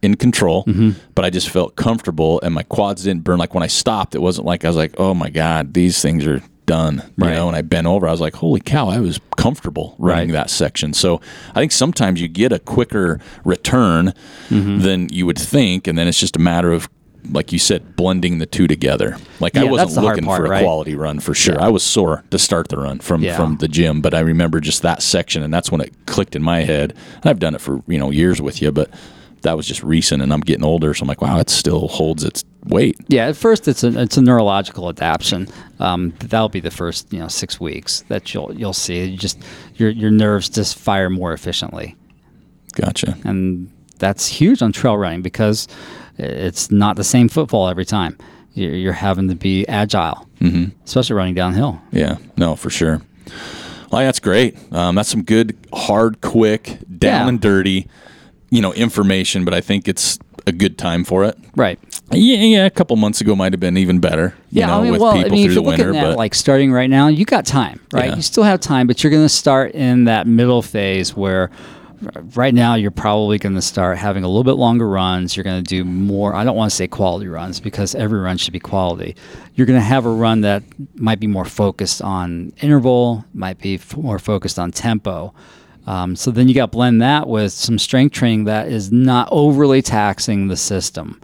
A: in control,
B: Mm-hmm.
A: but I just felt comfortable and my quads didn't burn. Like when I stopped, it wasn't like I was like, oh my God, these things are done. You
B: Right.
A: know, and I bent over. I was like, holy cow, I was comfortable running that section. So I think sometimes you get a quicker return
B: Mm-hmm.
A: than you would think. And then it's just a matter of, like you said, blending the two together. Like I
B: Yeah,
A: wasn't
B: that's the hard
A: looking
B: part,
A: for a
B: right?
A: quality run for sure. I was sore to start the run from
B: Yeah.
A: from the gym, but I remember just that section, and that's when it clicked in my head. And I've done it for you know years with you, but that was just recent, and I'm getting older, so I'm like, wow, it still holds its weight.
B: Yeah, at first it's a it's a neurological adaptation. Um, that'll be the first you know six weeks that you'll you'll see. You just your your nerves just fire more efficiently.
A: Gotcha.
B: and that's huge on trail running because it's not the same footfall every time. You're, you're having to be agile, mm-hmm. especially running downhill.
A: Yeah, no, for sure. Well, that's great. Um, that's some good, hard, quick, down
B: Yeah.
A: and dirty, you know, information. But I think it's a good time for it.
B: Right.
A: Yeah, yeah. A couple months ago might have been even better. you know, with people through
B: if
A: the
B: you're looking
A: winter,
B: at
A: but
B: like starting right now, you got time, right?
A: Yeah.
B: You still have time, but you're going to start in that middle phase where r- right now you're probably going to start having a little bit longer runs. You're going to do more. I don't want to say quality runs because every run should be quality. You're going to have a run that might be more focused on interval, might be f- more focused on tempo. Um, so then you got to blend that with some strength training that is not overly taxing the system,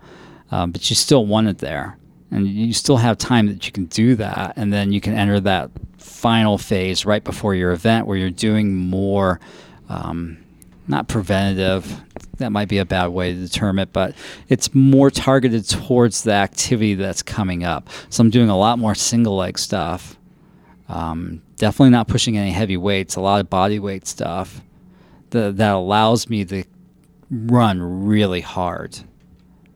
B: um, but you still want it there, and you still have time that you can do that, and then you can enter that final phase right before your event where you're doing more. Um, not preventative. That might be a bad way to term it, but it's more targeted towards the activity that's coming up. So I'm doing a lot more single leg stuff. Um, definitely not pushing any heavy weights. A lot of body weight stuff that that allows me to run really hard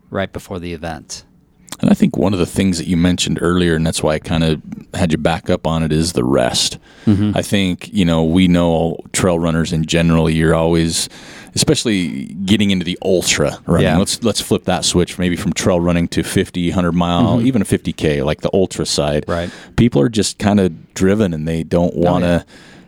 B: right before the event.
A: And I think one of the things that you mentioned earlier, and that's why I kind of had you back up on it, is the rest.
B: Mm-hmm.
A: I think, you know, we know trail runners in general, you're always, especially getting into the ultra running.
B: Yeah.
A: Let's, let's flip that switch maybe from trail running to 50, 100 mile, even a 50K, like the ultra side.
B: Mm-hmm. Right. Oh,
A: People are just kind of driven and they don't want to,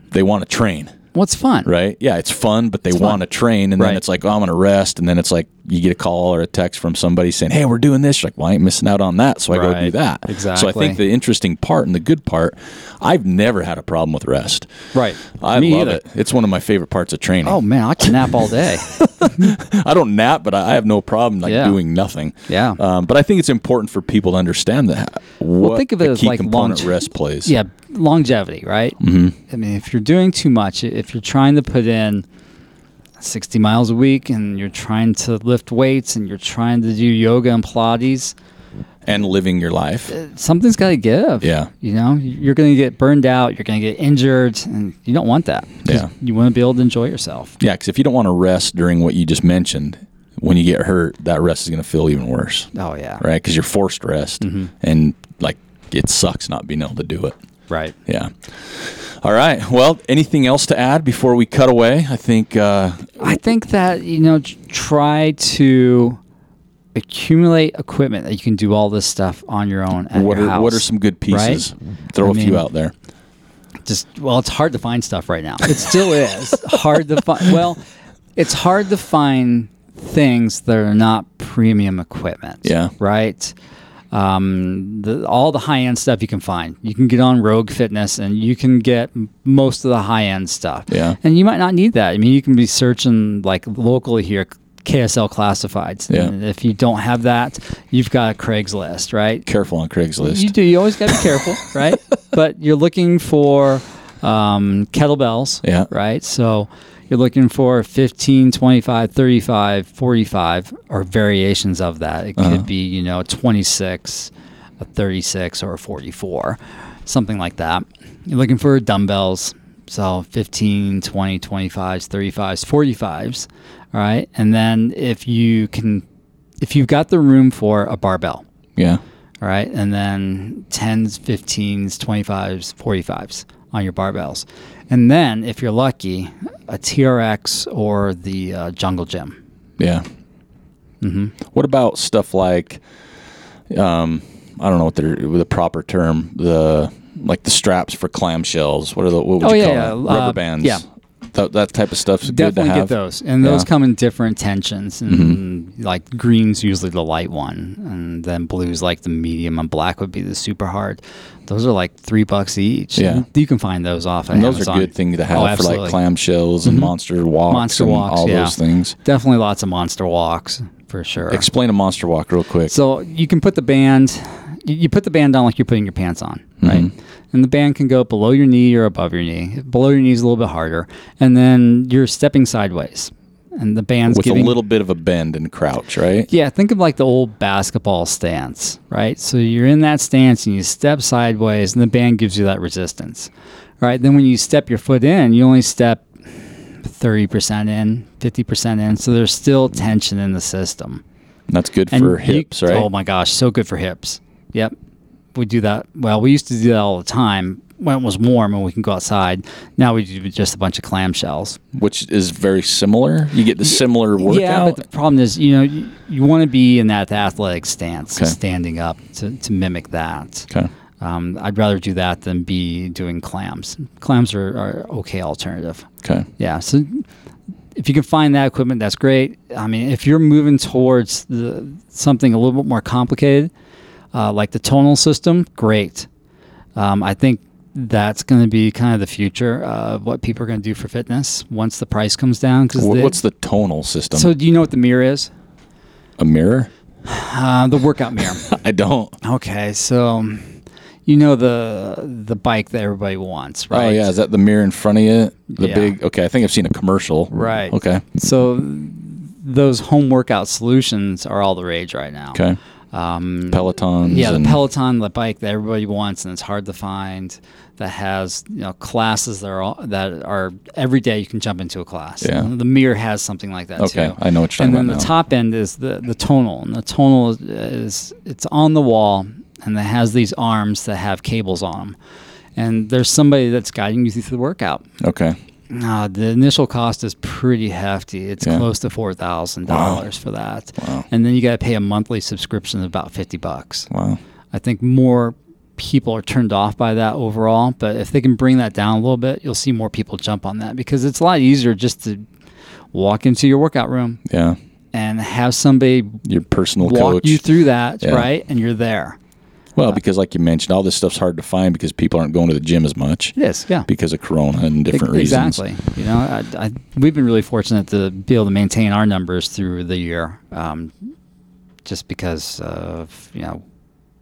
A: they want to train
B: What's fun?
A: right? Yeah, it's fun, but they want to train, and then
B: Right.
A: it's like, oh, I'm gonna rest, and then it's like you get a call or a text from somebody saying, hey, we're doing this. You're like, well, I ain't missing out on that, so I go do
B: Right.
A: that. So I
B: Exactly.
A: think the interesting part and the good part, I've never had a problem with rest.
B: Right.
A: I
B: Me
A: love
B: either.
A: it. It's one of my favorite parts of training.
B: Oh man, I can nap
A: *laughs*
B: all day.
A: I don't nap, but I I have no problem like
B: Yeah.
A: doing nothing.
B: Yeah.
A: Um, but I think it's important for people to understand that what
B: think of
A: the
B: it as
A: key
B: like
A: component
B: longe-
A: rest plays.
B: yeah, longevity, right? Mm-hmm. I mean, if you're doing too much, if you're trying to put in 60 miles a week and you're trying to lift weights and you're trying to do yoga and Pilates, uh,
A: and living your life.
B: something's got to give.
A: Yeah.
B: You know, you're going to get burned out, you're going to get injured, and you don't want that. 'Cause
A: Yeah.
B: You want to be able to enjoy yourself.
A: Yeah, because if you don't want to rest during what you just mentioned, when you get hurt, that rest is going to feel even worse.
B: Oh, yeah.
A: right? Because you're forced rest, and like it sucks not being able to do it.
B: Right.
A: Yeah. All right. Well, anything else to add before we cut away? I think. Uh,
B: I think that you know tr- try to accumulate equipment that you can do all this stuff on your own at
A: what
B: your
A: are
B: house.
A: what are some good
B: right?
A: pieces? Throw
B: I
A: a few
B: mean-
A: out there.
B: Just well, it's hard to find stuff right now. It still is hard to find. Well, it's hard to find things that are not premium equipment.
A: Yeah.
B: Right. Um, the, all the high end stuff you can find. You can get on Rogue Fitness and you can get m- most of the high end stuff.
A: Yeah.
B: And you might not need that. I mean, you can be searching like locally here, KSL classifieds.
A: Yeah.
B: And if you don't have that, you've got a Craigslist, right?
A: Careful on Craigslist.
B: You do. You always got to be careful, right? But you're looking for um, kettlebells,
A: Yeah.
B: right? So you're looking for 15, 25, 35, 45, or variations of that. It could be, you know, a 26, a 36, or a 44, something like that. You're looking for dumbbells. So 15, 20, 25s, 35s, 45s, all right? And then if you can, if you've got the room for a barbell,
A: yeah.
B: all right, and then 10s, 15s, 25s, 45s on your barbells. And then, if you're lucky, a TRX or the uh, Jungle Gym.
A: Yeah.
B: Mm-hmm.
A: What about stuff like, um, I don't know what they're, the proper term, the like the straps for clamshells. What are the what would
B: Oh,
A: you
B: yeah,
A: call
B: yeah,
A: that?
B: uh,
A: Rubber bands.
B: yeah.
A: That, that type of stuff's good to
B: Definitely
A: have.
B: get those. And those
A: Yeah. Mm-hmm.
B: come in different tensions. And like green's usually the light one. And then blue's like the medium, and black would be the super hard. Those are like three bucks each.
A: Yeah.
B: And You can find those off. Oh,
A: And those are good things to have for like clamshells and monster walks
B: Mm-hmm. Monster
A: and
B: walks,
A: all
B: yeah.
A: those things.
B: Definitely lots of monster walks for sure.
A: Explain a monster walk real quick.
B: So you can put the band, you you put the band on like you're putting your pants on,
A: Mm-hmm.
B: right? And the band can go below your knee or above your knee. Below your knee is a little bit harder, and then you're stepping sideways, and the band's
A: with
B: giving
A: a little bit of a bend and crouch, right?
B: yeah, think of like the old basketball stance, right? So you're in that stance and you step sideways, and the band gives you that resistance, right? Then when you step your foot in, you only step 30% in, 50% in. So there's still tension in the system.
A: And That's good
B: And
A: for
B: you-
A: hips, right?
B: Oh my gosh, so good for hips. Yep, we do that. Well, we used to do that all the time when it was warm and we can go outside. Now we do just a bunch of clamshells.
A: Which is very similar. You get the similar workout.
B: Yeah, but the problem is, you know, you, you want to be in that athletic stance,
A: Okay.
B: standing up to, to mimic that.
A: okay.
B: Um, I'd rather do that than be doing clams. Clams are, are okay alternative.
A: Okay.
B: Yeah. So if you can find that equipment, that's great. I mean, if you're moving towards the, something a little bit more complicated, uh, like the tonal system, great. Um, I think that's going to be kind of the future of what people are going to do for fitness once the price comes down. Because
A: Wh- what's the tonal system?
B: so do you know what the mirror is?
A: a
B: *laughs*
A: mirror? Oh,
B: Uh, the
A: *laughs*
B: workout mirror.
A: I don't.
B: okay, so um, you know the the bike that everybody wants, right?
A: Oh yeah, is that the mirror in front of you? The
B: Yeah.
A: big. Okay, I think I've seen a commercial.
B: Right.
A: Okay.
B: So those home workout solutions are all the rage right now.
A: Okay.
B: Um,
A: Pelotons.
B: Yeah, the
A: and-
B: Peloton, the bike that everybody wants and it's hard to find, that has you know classes that are all, that are every day you can jump into a class.
A: Yeah.
B: The Mirror has something like that
A: Okay,
B: too.
A: I know what you're talking
B: And then
A: about
B: the
A: now.
B: top end is the the tonal, and the tonal is, is it's on the wall and it has these arms that have cables on them, and there's somebody that's guiding you through the workout.
A: Okay.
B: Uh, the initial cost is pretty hefty. It's
A: Yeah.
B: close to four thousand dollars for that,
A: Wow.
B: and then you got to pay a monthly subscription of about fifty bucks.
A: Wow.
B: I think more people are turned off by that overall. But if they can bring that down a little bit, you'll see more people jump on that because it's a lot easier just to walk into your workout room
A: Yeah.
B: and have somebody
A: Your personal
B: walk
A: coach.
B: you uh, through that,
A: Yeah.
B: right? And you're there.
A: well, because like you mentioned, all this stuff's hard to find because people aren't going to the gym as much
B: It is, yeah.
A: because of Corona and different
B: exactly.
A: reasons.
B: You know, I, I, we've been really fortunate to be able to maintain our numbers through the year, um, just because of you know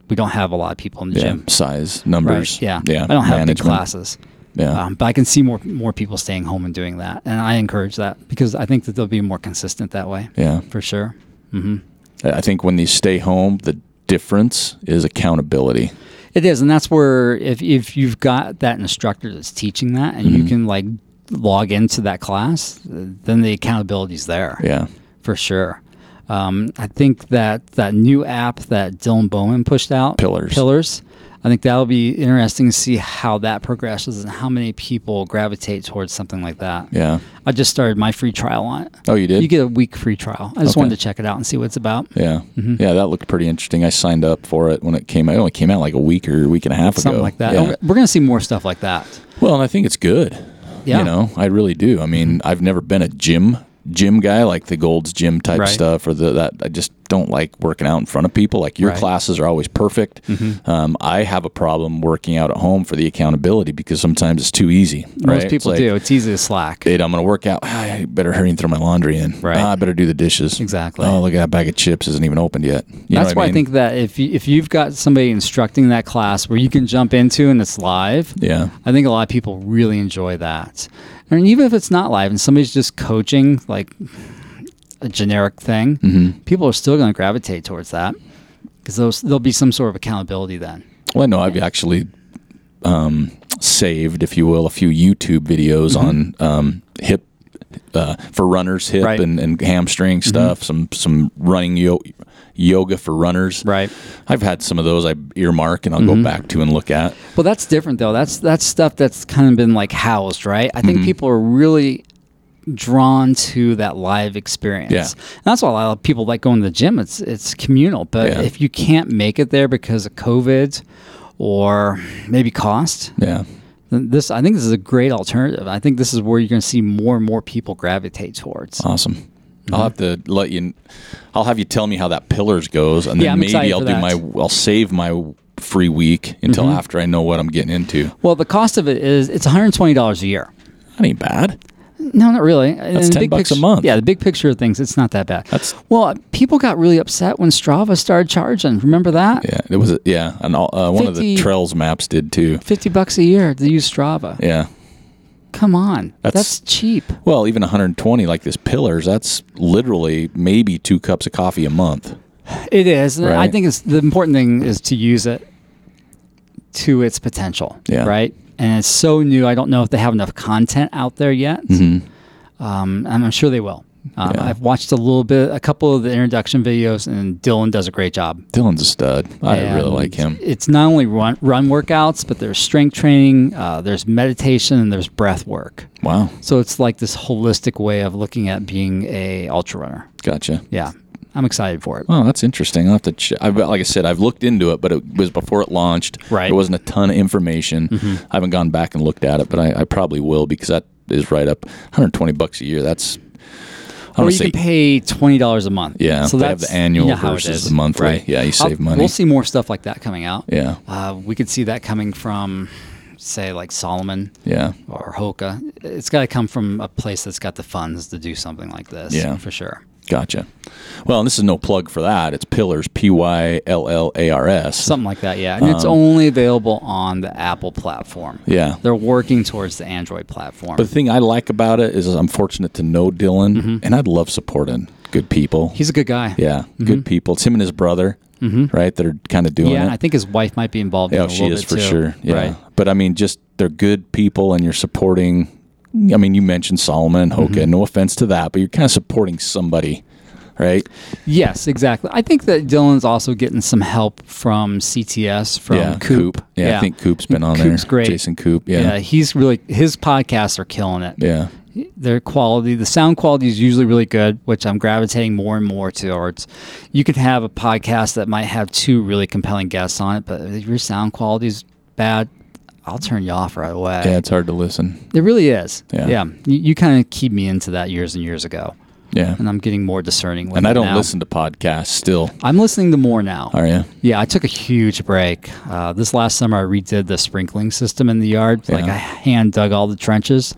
B: we don't have a lot of people in the
A: Yeah.
B: gym.
A: Size, numbers.
B: Right. Yeah.
A: Yeah.
B: I don't have big
A: management.
B: classes.
A: Yeah.
B: Um, but I can see more more people staying home and doing that, and I encourage that because I think that they'll be more consistent that way.
A: yeah.
B: for sure.
A: I I think when you stay home, the difference is accountability.
B: It is, and that's where if if you've got that instructor that's teaching that, and
A: Mm-hmm.
B: you can like log into that class, then the accountability's there.
A: Yeah.
B: for sure. Um, I think that that new app that Dylan Bowman pushed out,
A: Pillars.
B: Pillars. I think that'll be interesting to see how that progresses and how many people gravitate towards something like that.
A: Yeah.
B: I just started my free trial on it.
A: Oh, you did?
B: You get a week free trial. I just
A: Okay.
B: wanted to check it out and see what it's about.
A: Yeah.
B: Mm-hmm.
A: Yeah, that looked pretty interesting. I signed up for it when it came out. It only came out like a week or a week and a half
B: Something
A: ago.
B: like that.
A: Yeah.
B: And We're going to see more stuff like that.
A: Well, and I think it's good.
B: Yeah. Mm-hmm.
A: You know, I really do. I mean, I've never been a gym gym guy like the Gold's gym type
B: Right.
A: stuff or the that I just don't like working out in front of people. Like your
B: Right. Mm-hmm.
A: classes are always perfect. Um, I have a problem working out at home for the accountability because sometimes it's too easy. right?
B: Most
A: It's
B: people
A: like,
B: do. It's easy to slack.
A: Dude, I'm gonna work out. Ah, I better hurry and throw my laundry in.
B: Right.
A: Ah, I better do the dishes.
B: Exactly.
A: Oh, look at that bag of chips isn't even opened yet. You know
B: That's
A: what
B: why I,
A: mean?
B: think that if you, if you've got somebody instructing that class where you can jump into and it's live,
A: Yeah.
B: I think a lot of people really enjoy that. And even if it's not live and somebody's just coaching like a generic thing,
A: Mm-hmm.
B: people are still going to gravitate towards that because there'll be some sort of accountability then.
A: Well, I know I've actually um, saved, if you will, a few YouTube videos
B: Mm-hmm.
A: on um, hip uh, for runners, hip
B: Right. Mm-hmm.
A: and, and hamstring stuff. Some some running yo- yoga for runners.
B: Right. Mm-hmm.
A: I've had some of those I earmark and I'll go back to and look at.
B: Well, that's different though. That's that's stuff that's kind of been like housed, right? I think
A: Mm-hmm.
B: people are really drawn to that live experience.
A: Yeah.
B: And that's why a lot of people like going to the gym. It's it's communal. But
A: Yeah.
B: if you can't make it there because of COVID or maybe cost,
A: Yeah.
B: then this I think this is a great alternative. I think this is where you're going to see more and more people gravitate towards.
A: Awesome. I'll
B: Mm-hmm.
A: have to let you. I'll have you tell me how that pillars goes, and then
B: Yeah, I'm
A: maybe
B: excited
A: I'll
B: for
A: do
B: that. Mm-hmm.
A: my. I'll save my free week until after I know what I'm getting into.
B: Well, the cost of it is it's $120 a year.
A: That ain't bad.
B: No, not really. That's
A: 10 bucks a month.
B: Yeah, the big picture of things, it's not that bad.
A: That's-
B: well, people got really upset when Strava started charging. Remember that?
A: Yeah, it was. Yeah, and all, uh, one of the
B: 50
A: trails maps did too.
B: Fifty bucks a year to use Strava.
A: Yeah.
B: Come on,
A: That's-
B: that's, cheap.
A: Well, even 120 like this pillars, that's literally maybe two cups of coffee a month.
B: It is. and I
A: Right.
B: think it's the important thing is to use it to its potential.
A: Yeah.
B: Right. And it's so new. I don't know if they have enough content out there yet. Um, and I'm sure they will. Um,
A: Mm-hmm. Yeah.
B: I've watched a little bit, a couple of the introduction videos, and Dylan does a great job.
A: Dylan's a stud. I really
B: And
A: like him.
B: It's not only run, run workouts, but there's strength training, uh, there's meditation, and there's breath work.
A: Wow.
B: So it's like this holistic way of looking at being a ultra runner.
A: Gotcha.
B: Yeah, I'm excited for it.
A: Oh, that's interesting. I'll have to. Ch- I've, like I said, I've looked into it, but it was before it launched.
B: Right. Mm-hmm.
A: There wasn't a ton of information. I haven't gone back and looked at it, but I, I probably will because that is right up 120 bucks a year. That's. I
B: Or
A: don't
B: you
A: say.
B: can pay twenty dollars a month.
A: Yeah, they have the annual versus the monthly. Yeah, you save money.
B: We'll see more stuff like that coming out.
A: yeah.
B: Uh, we could see that coming from say like Solomon
A: Yeah.
B: or Hoka. It's got to come from a place that's got the funds to do something like this.
A: Yeah.
B: for sure.
A: Gotcha. Well, and this is no plug for that. It's Pillars, P Y L L A R S.
B: Something like that, yeah. And it's only available on the Apple platform.
A: Um, Yeah.
B: They're working towards the Android platform.
A: But the thing I like about it is I'm fortunate to know Dylan,
B: Mm-hmm.
A: and I'd love supporting good people.
B: He's a good guy.
A: yeah, good people. It's him and his brother, right? That are kind of doing
B: Mm-hmm. Yeah,
A: it.
B: I think his wife might be involved in
A: Yeah,
B: it a
A: she
B: little
A: is
B: bit
A: for
B: too.
A: sure. Yeah.
B: Right.
A: But I mean, just they're good people, and you're supporting. I mean, you mentioned Solomon
B: Mm-hmm.
A: and Hoka. No offense to that, but you're kind of supporting somebody, right?
B: Yes, exactly. I think that Dylan's also getting some help from CTS from
A: yeah,
B: Coop.
A: Yeah, I think Coop's been on
B: Coop's
A: there.
B: great.
A: Jason Coop.
B: Yeah,
A: Yeah,
B: he's really his podcasts are killing it.
A: yeah,
B: their quality the sound quality is usually really good which i'm gravitating more and more towards you could have a podcast that might have two really compelling guests on it but if your sound quality is bad i'll turn you off right away
A: yeah. It's hard to listen.
B: it really is
A: Yeah.
B: you, you kind of keyed me into that years and years ago
A: Yeah,
B: and i'm getting more discerning with
A: and I
B: it
A: don't
B: now.
A: listen to podcasts still.
B: i'm listening to more now
A: Are you?
B: yeah, I took a huge break. Uh, this last summer, I redid the sprinkling system in the yard. Like
A: Yeah.
B: I hand dug all the trenches,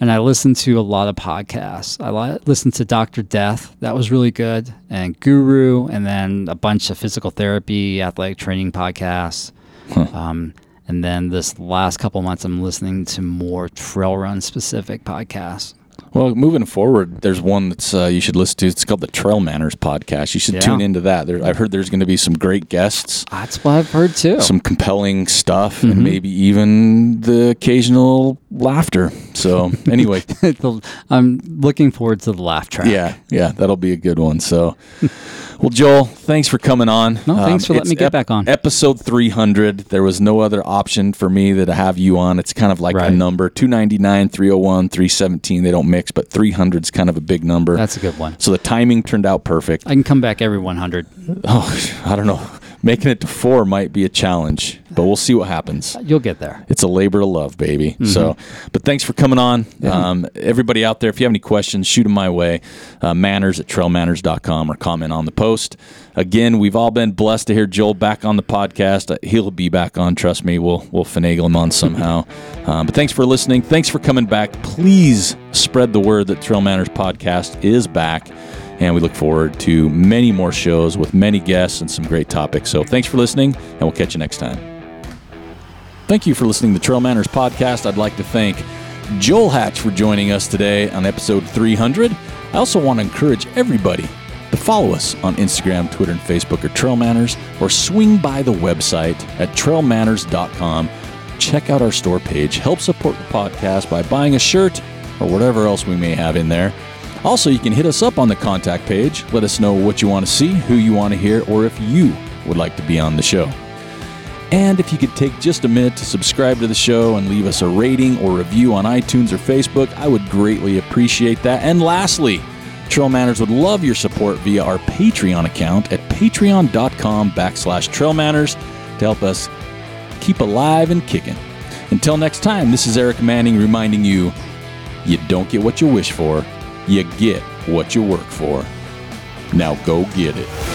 B: and I listened to a lot of podcasts. I li- listened to Doctor Death, that was really good, and Guru, and then a bunch of physical therapy, athletic training podcasts. Um, and then this last couple months, I'm listening to more trail run specific podcasts.
A: Well, moving forward, there's one that's uh, you should listen to. It's called the Trail Manners Podcast. You should
B: Yeah.
A: tune into that. There, I've heard there's going to be some great guests,
B: That's what I've heard too.
A: some compelling stuff,
B: Mm-hmm.
A: and maybe even the occasional laughter. So,
B: *laughs*
A: anyway,
B: *laughs* The- I'm looking forward to the laugh track.
A: yeah, yeah, that'll be a good one. So, well, Joel, thanks for coming on. Um,
B: No, thanks for letting
A: it's
B: me get back on.
A: Episode 300. There was no other option for me that to have you on. It's kind of like
B: Right.
A: a number 299, 301, 317. They don't mix, but 300 is kind of a big number.
B: That's a good one.
A: So the timing turned out perfect.
B: I can come back every 100.
A: *laughs* Oh, I don't know. Making it to four might be a challenge, but we'll see what happens.
B: You'll get there.
A: It's a labor of love, baby. So, but thanks for coming on. Um, everybody out there, if you have any questions, shoot them my way. Uh, manners at trailmanners.com or comment on the post. Again, we've all been blessed to hear Joel back on the podcast. Uh, He'll be back on, trust me. We'll, we'll finagle him on somehow. um, but thanks for listening. Thanks for coming back. Please spread the word that Trail Manners podcast is back. And we look forward to many more shows with many guests and some great topics. So thanks for listening, and we'll catch you next time. Thank you for listening to Trail Manners Podcast. I'd like to thank Joel Hatch for joining us today on episode 300. I also want to encourage everybody to follow us on Instagram, Twitter, and Facebook at Trail Manners or swing by the website at trailmanners.com. Check out our store page. Help support the podcast by buying a shirt or whatever else we may have in there. Also, you can hit us up on the contact page. Let us know what you want to see, who you want to hear, or if you would like to be on the show. And if you could take just a minute to subscribe to the show and leave us a rating or review on iTunes or Facebook, I would greatly appreciate that. And lastly, Trail Manners would love your support via our Patreon account at patreon.com backslash Trail Manners to help us keep alive and kicking. Until next time, this is Eric Manning reminding you, you don't get what you wish for, you get what you work for. Now go get it.